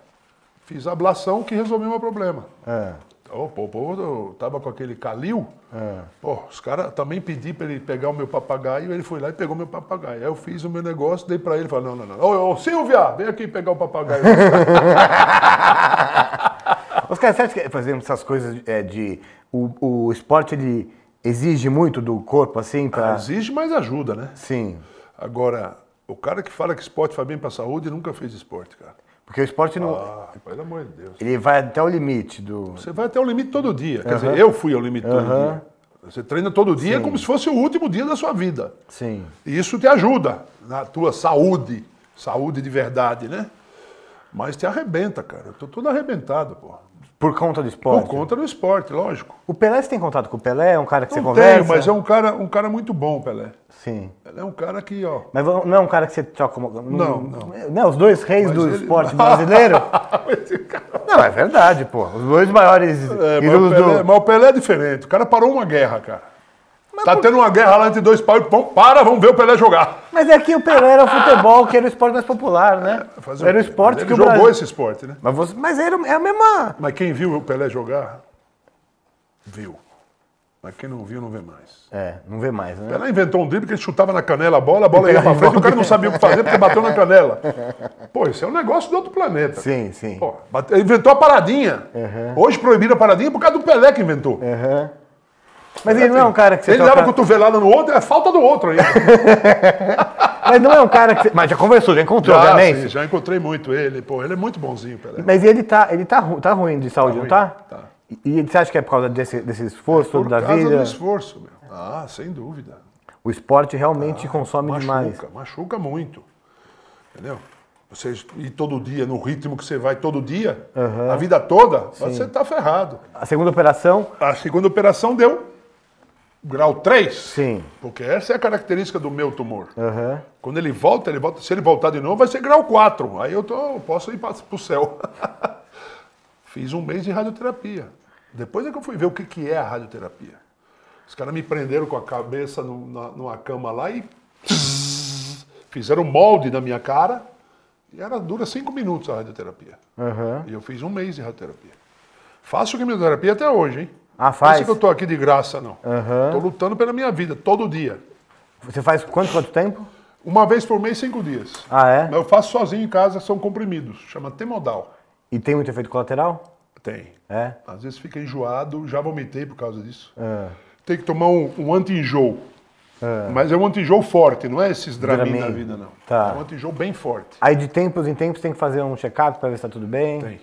Speaker 1: Fiz ablação que resolveu meu problema.
Speaker 2: ah.
Speaker 1: Ô, pô, o povo estava com aquele calil.
Speaker 2: É.
Speaker 1: Pô, os caras também pedi para ele pegar o meu papagaio, ele foi lá e pegou meu papagaio. Aí eu fiz o meu negócio, dei para ele, falei, não, não, não. Ô, ô, Silvia, vem aqui pegar o papagaio.
Speaker 2: Os caras, você acha que, por exemplo, essas coisas é, de. O, o esporte ele exige muito do corpo, assim, pra.
Speaker 1: Exige mais ajuda, né?
Speaker 2: Sim.
Speaker 1: Agora, o cara que fala que esporte faz bem pra saúde nunca fez esporte, cara.
Speaker 2: Porque o esporte não.
Speaker 1: Ah, pelo amor de Deus.
Speaker 2: Ele vai até o limite do.
Speaker 1: Você vai até o limite todo dia. Quer dizer, eu fui ao limite todo dia. Você treina todo dia como se fosse o último dia da sua vida.
Speaker 2: Sim.
Speaker 1: E isso te ajuda na tua saúde, saúde de verdade, né? Mas te arrebenta, cara. Eu tô todo arrebentado, pô.
Speaker 2: Por conta do
Speaker 1: Por
Speaker 2: esporte.
Speaker 1: conta do esporte, lógico.
Speaker 2: O Pelé, você tem contato com o Pelé? É um cara que você
Speaker 1: Não
Speaker 2: conversa?
Speaker 1: tenho, mas é um cara, um cara muito bom, Pelé.
Speaker 2: Sim.
Speaker 1: Pelé é um cara que, ó. [LAUGHS]
Speaker 2: Mas vamos- não é um cara que você troca uma.
Speaker 1: Não, não.
Speaker 2: Né, os dois reis
Speaker 1: Mas
Speaker 2: do
Speaker 1: ele- [LAUGHS]
Speaker 2: esporte brasileiro? não, é verdade, pô. Os dois maiores
Speaker 1: É, mas, o
Speaker 2: ídolos
Speaker 1: Pelé,
Speaker 2: do.
Speaker 1: mas o Pelé é diferente. O cara parou uma guerra, cara. tá tendo uma guerra lá entre dois pau. Pão, para, vamos ver o Pelé jogar.
Speaker 2: Mas é que o Pelé era o futebol, que era o esporte mais popular, né?
Speaker 1: É, Fazer
Speaker 2: Era o
Speaker 1: quê?
Speaker 2: esporte
Speaker 1: Ele
Speaker 2: que o
Speaker 1: jogou
Speaker 2: Brasil.
Speaker 1: esse esporte, né?
Speaker 2: Mas, você- mas era, é a mesma.
Speaker 1: Mas quem viu o Pelé jogar, viu. Mas quem não viu, não vê mais.
Speaker 2: É, não vê mais, né?
Speaker 1: Pelé inventou um drible que ele chutava na canela a bola, a bola ia pra frente, o cara não sabia o que fazer porque bateu na canela. Pô, isso é um negócio de outro planeta.
Speaker 2: Sim, sim.
Speaker 1: Pô, bate- inventou a paradinha. Hoje proibiram a paradinha por causa do Pelé que inventou.
Speaker 2: Aham. Mas ele não é um cara que você
Speaker 1: Ele
Speaker 2: troca...
Speaker 1: dava cotovelada no outro, é falta do outro
Speaker 2: [LAUGHS]
Speaker 1: ainda.
Speaker 2: Mas não é um cara que você... Mas já conversou, já encontrou,
Speaker 1: Já,
Speaker 2: obviamente.
Speaker 1: sim, assim, já encontrei muito ele. Pô, ele é muito bonzinho, Pelé.
Speaker 2: Mas ele tá, ele tá, ru- tá ruim de saúde,
Speaker 1: ruim,
Speaker 2: não tá?
Speaker 1: tá.
Speaker 2: E- E você acha que é por causa desse, desse esforço todo
Speaker 1: Por
Speaker 2: da
Speaker 1: causa
Speaker 2: vida?
Speaker 1: do esforço, meu. Ah, sem dúvida.
Speaker 2: O esporte realmente consome demais.
Speaker 1: Ah, Machuca, machuca muito. Entendeu? Você ir todo dia, no ritmo que você vai todo dia, a vida toda, você tá ferrado.
Speaker 2: A segunda operação,
Speaker 1: A segunda operação deu grau 3.
Speaker 2: Sim.
Speaker 1: Porque essa é a característica do meu tumor.
Speaker 2: aham.
Speaker 1: Quando ele volta, ele volta. Se ele voltar de novo, vai ser grau 4. Aí eu, tô, eu posso ir para o céu. [LAUGHS] Fiz um mês de radioterapia. Depois é que eu fui ver o que, que é a radioterapia. Os caras me prenderam com a cabeça no- na- numa cama lá e [LAUGHS] fizeram um molde na minha cara. E era, dura cinco minutos a radioterapia. E eu fiz um mês de radioterapia. Faço quimioterapia até hoje, hein?
Speaker 2: Ah, faz?
Speaker 1: Pensa que eu tô aqui de graça, não. Estou lutando pela minha vida, todo dia.
Speaker 2: você faz quanto, quanto tempo?
Speaker 1: Uma vez por mês, cinco dias.
Speaker 2: Ah, é?
Speaker 1: Mas eu faço sozinho em casa, são comprimidos. Chama temodal.
Speaker 2: E tem muito efeito colateral?
Speaker 1: Tem.
Speaker 2: É.
Speaker 1: Às vezes fica enjoado, já vomitei por causa disso.
Speaker 2: Ah.
Speaker 1: Tem que tomar um, um anti-enjoo. Mas é um anti-enjoo forte, não é esses Dramin,
Speaker 2: Dramin.
Speaker 1: da vida, não.
Speaker 2: Tá.
Speaker 1: É um anti-enjoo bem forte.
Speaker 2: Aí de tempos em tempos tem que fazer um check-up pra ver se tá tudo bem?
Speaker 1: Tem.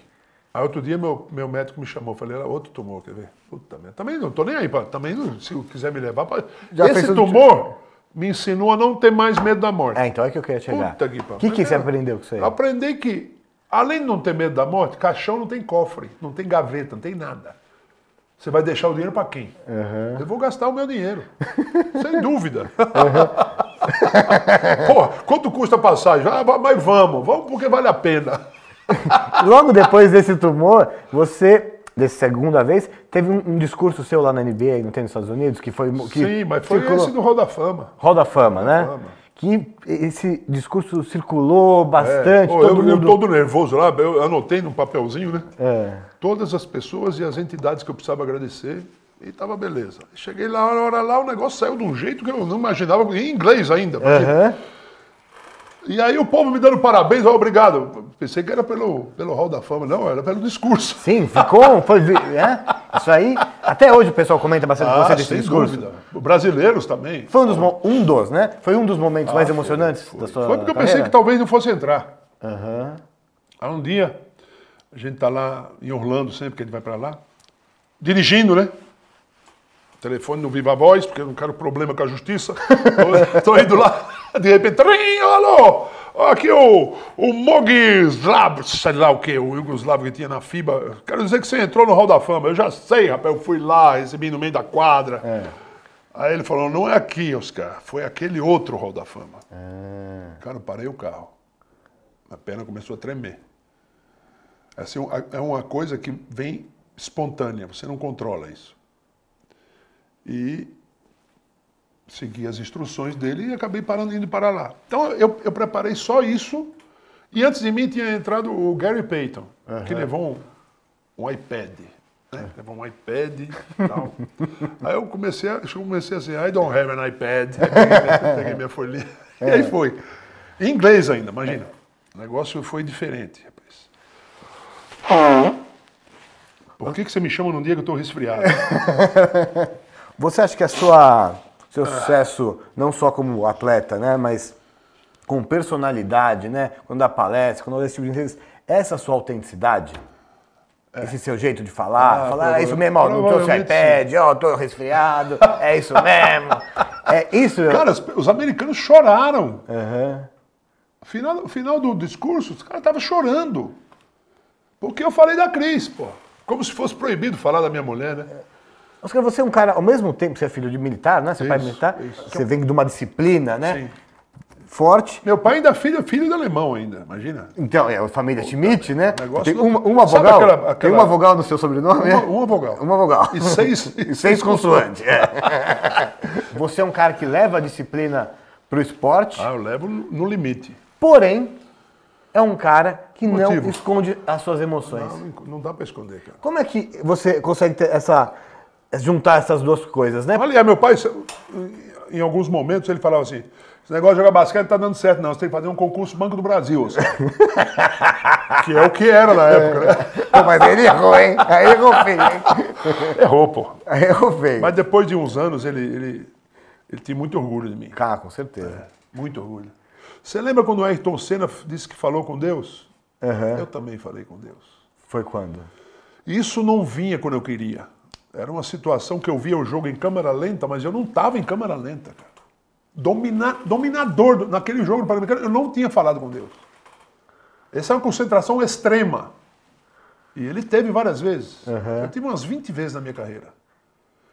Speaker 1: Aí outro dia meu, meu médico me chamou, falei, era outro tumor, quer ver? Puta merda. Também não tô nem aí, pra, também não, se quiser me levar pra...
Speaker 2: Já fez
Speaker 1: Esse
Speaker 2: tudo
Speaker 1: tumor me ensinou a não ter mais medo da morte.
Speaker 2: É, então é que eu queria chegar.
Speaker 1: Puta que pariu.
Speaker 2: O que, que você aprendeu com isso aí?
Speaker 1: Eu aprendi que, além de não ter medo da morte, caixão não tem cofre, não tem gaveta, não tem nada. Você vai deixar o dinheiro para quem? Eu vou gastar o meu
Speaker 2: [LAUGHS]
Speaker 1: dinheiro. Sem dúvida. [LAUGHS] Porra, quanto custa a passagem? Ah, mas vamos, vamos porque vale a pena.
Speaker 2: Logo depois desse tumor, você, dessa segunda vez, teve um, um discurso seu lá na NBA, não tem nos Estados Unidos, que foi. Que
Speaker 1: Sim, mas foi
Speaker 2: circulou-
Speaker 1: esse do Roda Fama.
Speaker 2: Roda Fama, né?
Speaker 1: Fama.
Speaker 2: Que esse discurso circulou
Speaker 1: É.
Speaker 2: bastante.
Speaker 1: Pô,
Speaker 2: todo
Speaker 1: eu, eu
Speaker 2: mundo...
Speaker 1: todo nervoso lá, eu anotei num papelzinho, né?
Speaker 2: É.
Speaker 1: Todas as pessoas e as entidades que eu precisava agradecer. E tava beleza. Cheguei lá, na hora lá, o negócio saiu de um jeito que eu não imaginava, em inglês ainda. porque-
Speaker 2: Aham.
Speaker 1: E aí o povo me dando parabéns, ó, obrigado. Pensei que era pelo, pelo Hall da Fama, não, era pelo discurso.
Speaker 2: Sim, ficou. Foi, vi- né? Isso aí. Até hoje o pessoal comenta bastante com você
Speaker 1: Ah,
Speaker 2: desse
Speaker 1: sem
Speaker 2: discurso.
Speaker 1: dúvida. Brasileiros também.
Speaker 2: Foi um dos, mo- um dos, né? Foi um dos momentos mais emocionantes da sua
Speaker 1: Ah, Foi porque eu pensei que
Speaker 2: carreira?
Speaker 1: talvez não fosse entrar.
Speaker 2: Aham.
Speaker 1: Aí um dia, a gente tá lá em Orlando sempre, que a gente vai para lá, dirigindo, né? Telefone no Viva Voz, porque eu não quero problema com a
Speaker 2: [LAUGHS]
Speaker 1: justiça. Tô- Tô indo lá, de repente, "Trim, alô! Aqui o, o Mog Slav, sei lá o que, o Yugoslavo que tinha na FIBA. Quero dizer que você entrou no Hall da Fama. Eu já sei, rapaz, eu fui lá, recebi no meio da quadra.
Speaker 2: É.
Speaker 1: Aí ele falou, não é aqui, Oscar, foi aquele outro Hall da Fama. Cara, eu parei o carro. A perna começou a tremer. Assim, a- é uma coisa que vem espontânea, você não controla isso. E segui as instruções dele e acabei parando indo para lá. Então eu, eu preparei só isso. E antes de mim tinha entrado o Gary Payton, que levou um, um iPad. Né? Levou um iPad e tal. aí eu comecei a, eu comecei a dizer, I don't have an iPad. Aí peguei minha- peguei minha folhinha. E aí foi. Em inglês ainda, imagina. O negócio foi diferente, rapaz. Por que, que você me chama num dia que eu estou resfriado?
Speaker 2: Você acha que a sua seu sucesso não só como atleta, né, mas com personalidade, né, quando dá palestra, quando dá esse tipo de entrevista, essa sua autenticidade, esse seu jeito de falar,
Speaker 1: É. Ah,
Speaker 2: falar é
Speaker 1: prova-
Speaker 2: isso mesmo, ó, não trouxe
Speaker 1: provavelmente
Speaker 2: iPad, ó, tô resfriado, é isso
Speaker 1: [LAUGHS]
Speaker 2: mesmo, é isso.
Speaker 1: Cara, as- os americanos choraram.
Speaker 2: Aham.
Speaker 1: Final, final do discurso, os caras estavam chorando. Porque eu falei da Cris, pô. Como se fosse proibido falar da minha mulher, né?
Speaker 2: Oscar, você é um cara, ao mesmo tempo que você é filho de militar, né, você é pai
Speaker 1: Isso,
Speaker 2: militar,
Speaker 1: isso.
Speaker 2: você vem de uma disciplna, né,
Speaker 1: Sim.
Speaker 2: forte.
Speaker 1: Meu pai ainda é filho, filho de alemão ainda, imagina.
Speaker 2: Então, é a família Schmidt, né?
Speaker 1: negócio
Speaker 2: Tem
Speaker 1: do-
Speaker 2: uma, uma
Speaker 1: Sabe
Speaker 2: vogal,
Speaker 1: aquela-
Speaker 2: tem
Speaker 1: aquela-
Speaker 2: uma vogal no seu sobrenome, né?
Speaker 1: Uma, é? uma vogal.
Speaker 2: Uma vogal.
Speaker 1: [LAUGHS] E seis,
Speaker 2: E seis consoantes. é. [LAUGHS] Você é um cara que leva a disciplina pro esporte,
Speaker 1: Ah, eu levo no no limite.
Speaker 2: porém é um cara que não
Speaker 1: Motivo.
Speaker 2: esconde as suas emoções.
Speaker 1: Não, não dá pra esconder, cara.
Speaker 2: Como é que você consegue ter essa juntar essas duas coisas, né?
Speaker 1: Aliás, meu pai, em alguns momentos, ele falava assim: esse negócio de jogar basquete não tá dando certo, não. Você tem que fazer um concurso Banco do Brasil. [LAUGHS] assim." que é o que era na época, né?
Speaker 2: [LAUGHS] Pô, mas ele errou, hein? Aí errou feio, hein?
Speaker 1: Errou, pô.
Speaker 2: Aí errou feio.
Speaker 1: né? Mas depois de uns anos, ele, ele, ele tinha muito orgulho de mim.
Speaker 2: Cara, com certeza.
Speaker 1: Muito orgulho. Você lembra quando o Ayrton Senna disse que falou com Deus?
Speaker 2: Aham.
Speaker 1: Eu também falei com Deus.
Speaker 2: Foi quando?
Speaker 1: E Isso não vinha quando eu queria. Era uma situação que eu via o jogo em câmera lenta, mas eu não estava em câmera lenta, cara. Domina- dominador do- naquele jogo do Panamericano, eu não tinha falado com Deus. Essa é uma concentração extrema. E ele teve várias vezes. Eu tive umas 20 vezes na minha carreira.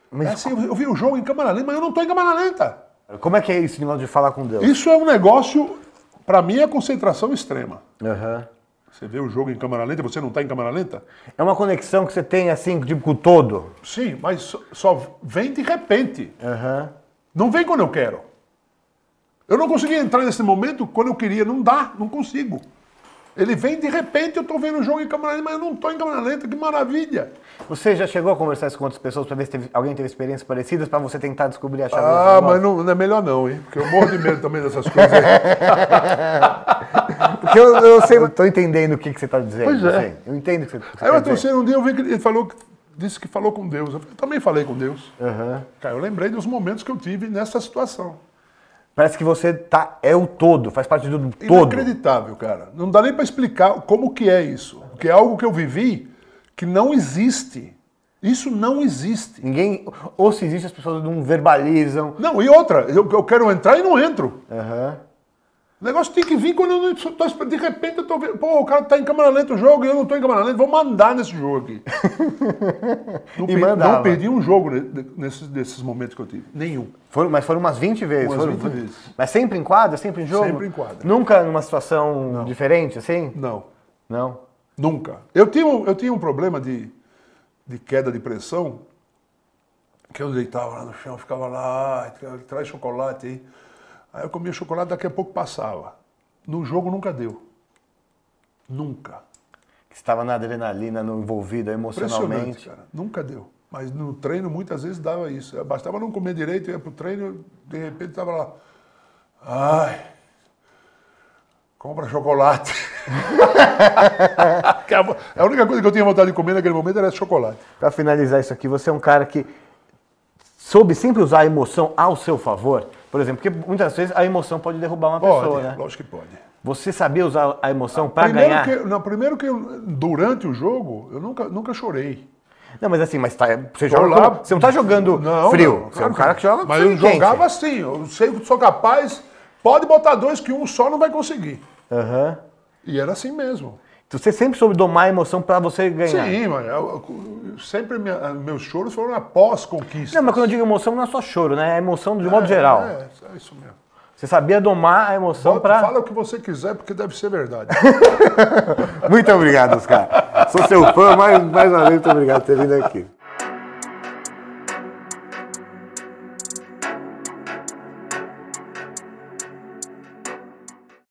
Speaker 2: Mas
Speaker 1: É assim, eu, eu vi o jogo em câmera lenta, mas eu não estou em câmera lenta.
Speaker 2: Como é que é esse negócio de falar com Deus?
Speaker 1: Isso é um negócio, para mim, é concentração extrema.
Speaker 2: Aham.
Speaker 1: Você vê o jogo em câmera lenta, você não está em câmera lenta?
Speaker 2: É uma conexão que você tem assim, tipo, com o todo.
Speaker 1: Sim, mas só, só vem de repente.
Speaker 2: Aham.
Speaker 1: Não vem quando eu quero. Eu não consegui entrar nesse momento quando eu queria. Não dá, não consigo. Ele vem de repente, eu estou vendo o jogo em câmera lenta, mas eu não estou em câmera lenta, que maravilha.
Speaker 2: Você já chegou a conversar isso com outras pessoas para ver se teve- alguém teve experiências parecidas para você tentar descobrir a chave? do
Speaker 1: Ah,
Speaker 2: negócio?
Speaker 1: mas não, não é melhor não, hein? Porque eu morro de medo também dessas coisas. [LAUGHS] aí.
Speaker 2: Porque eu, eu [LAUGHS] sei, eu tô entendendo o que, que você tá dizendo.
Speaker 1: Pois é.
Speaker 2: assim. Eu entendo o que você, o que você
Speaker 1: Aí o
Speaker 2: tá
Speaker 1: Ayrton
Speaker 2: dizendo.
Speaker 1: Senna, um dia eu vi que ele falou, que- disse que falou com Deus. Eu falei, também falei com Deus.
Speaker 2: Aham.
Speaker 1: Cara, eu lembrei dos momentos que eu tive nessa situação.
Speaker 2: Parece que você tá é o todo, faz parte do todo.
Speaker 1: Inacreditável, cara. Não dá nem para explicar como que é isso. Porque é algo que eu vivi que não existe. Isso não existe.
Speaker 2: Ninguém ou se existe as pessoas não verbalizam.
Speaker 1: Não, e outra, eu, eu quero entrar e não entro.
Speaker 2: Aham.
Speaker 1: O negócio tem que vir quando eu não tô esper- De repente eu tô vendo. Pô, o cara tá em câmera lenta o jogo e eu não tô em câmera lenta. Vou mandar nesse jogo aqui. não, perdi,
Speaker 2: mandava.
Speaker 1: não perdi um jogo ne- de- nesses, desses momentos que eu tive. Nenhum.
Speaker 2: Foram, mas foram umas 20 vezes.
Speaker 1: Umas
Speaker 2: foram-
Speaker 1: 20 vezes.
Speaker 2: Mas sempre em quadra, sempre em jogo?
Speaker 1: Sempre em quadra.
Speaker 2: Nunca numa situação diferente, assim?
Speaker 1: Não.
Speaker 2: Não.
Speaker 1: Nunca. Eu tinha, um- eu tinha um problema de, de queda de pressão, que eu deitava lá no chão, ficava lá, "Ai, tra- traz chocolate aí. Aí eu comia chocolate, daqui a pouco passava. No jogo nunca deu. Nunca.
Speaker 2: Que estava na adrenalina, no envolvido
Speaker 1: Impressionante,
Speaker 2: emocionalmente.
Speaker 1: cara. Nunca deu. Mas no treino muitas vezes dava isso. Eu Bastava não comer direito, eu ia pro treino, de repente tava lá. Ai. Compra chocolate. [LAUGHS] a única coisa que eu tinha vontade de comer naquele momento era chocolate.
Speaker 2: Pra finalizar isso aqui, você é um cara que soube sempre usar a emoção ao seu favor? Por exemplo, porque muitas vezes a emoção pode derrubar uma
Speaker 1: Pode,
Speaker 2: pessoa, né?
Speaker 1: lógico que pode.
Speaker 2: Você sabia usar a emoção pra
Speaker 1: primeiro
Speaker 2: ganhar?
Speaker 1: que, não, primeiro que eu- durante o jogo, eu nunca, nunca chorei.
Speaker 2: Não, mas assim, mas tá, você,
Speaker 1: Tô
Speaker 2: joga
Speaker 1: lá-
Speaker 2: com- você não tá jogando
Speaker 1: Não,
Speaker 2: frio.
Speaker 1: não,
Speaker 2: você é
Speaker 1: claro
Speaker 2: um cara que joga
Speaker 1: Mas
Speaker 2: com
Speaker 1: eu
Speaker 2: quente.
Speaker 1: jogava assim, eu sei que sou capaz, pode botar dois que um só não vai conseguir.
Speaker 2: Aham.
Speaker 1: E era assim mesmo.
Speaker 2: Então Você sempre soube domar a emoção pra você ganhar.
Speaker 1: Sim, mas eu- eu- sempre minha- ah, meus choros foram após conquista.
Speaker 2: Não, mas quando eu digo emoção, não é só choro, né? É emoção de modo geral.
Speaker 1: É, é isso mesmo.
Speaker 2: Você sabia domar a emoção
Speaker 1: Bota-
Speaker 2: pra.
Speaker 1: Fala o que você quiser, porque deve ser verdade.
Speaker 2: Muito obrigado, Oscar.
Speaker 3: Sou seu fã, mais, mais uma vez, muito obrigado por ter vindo aqui.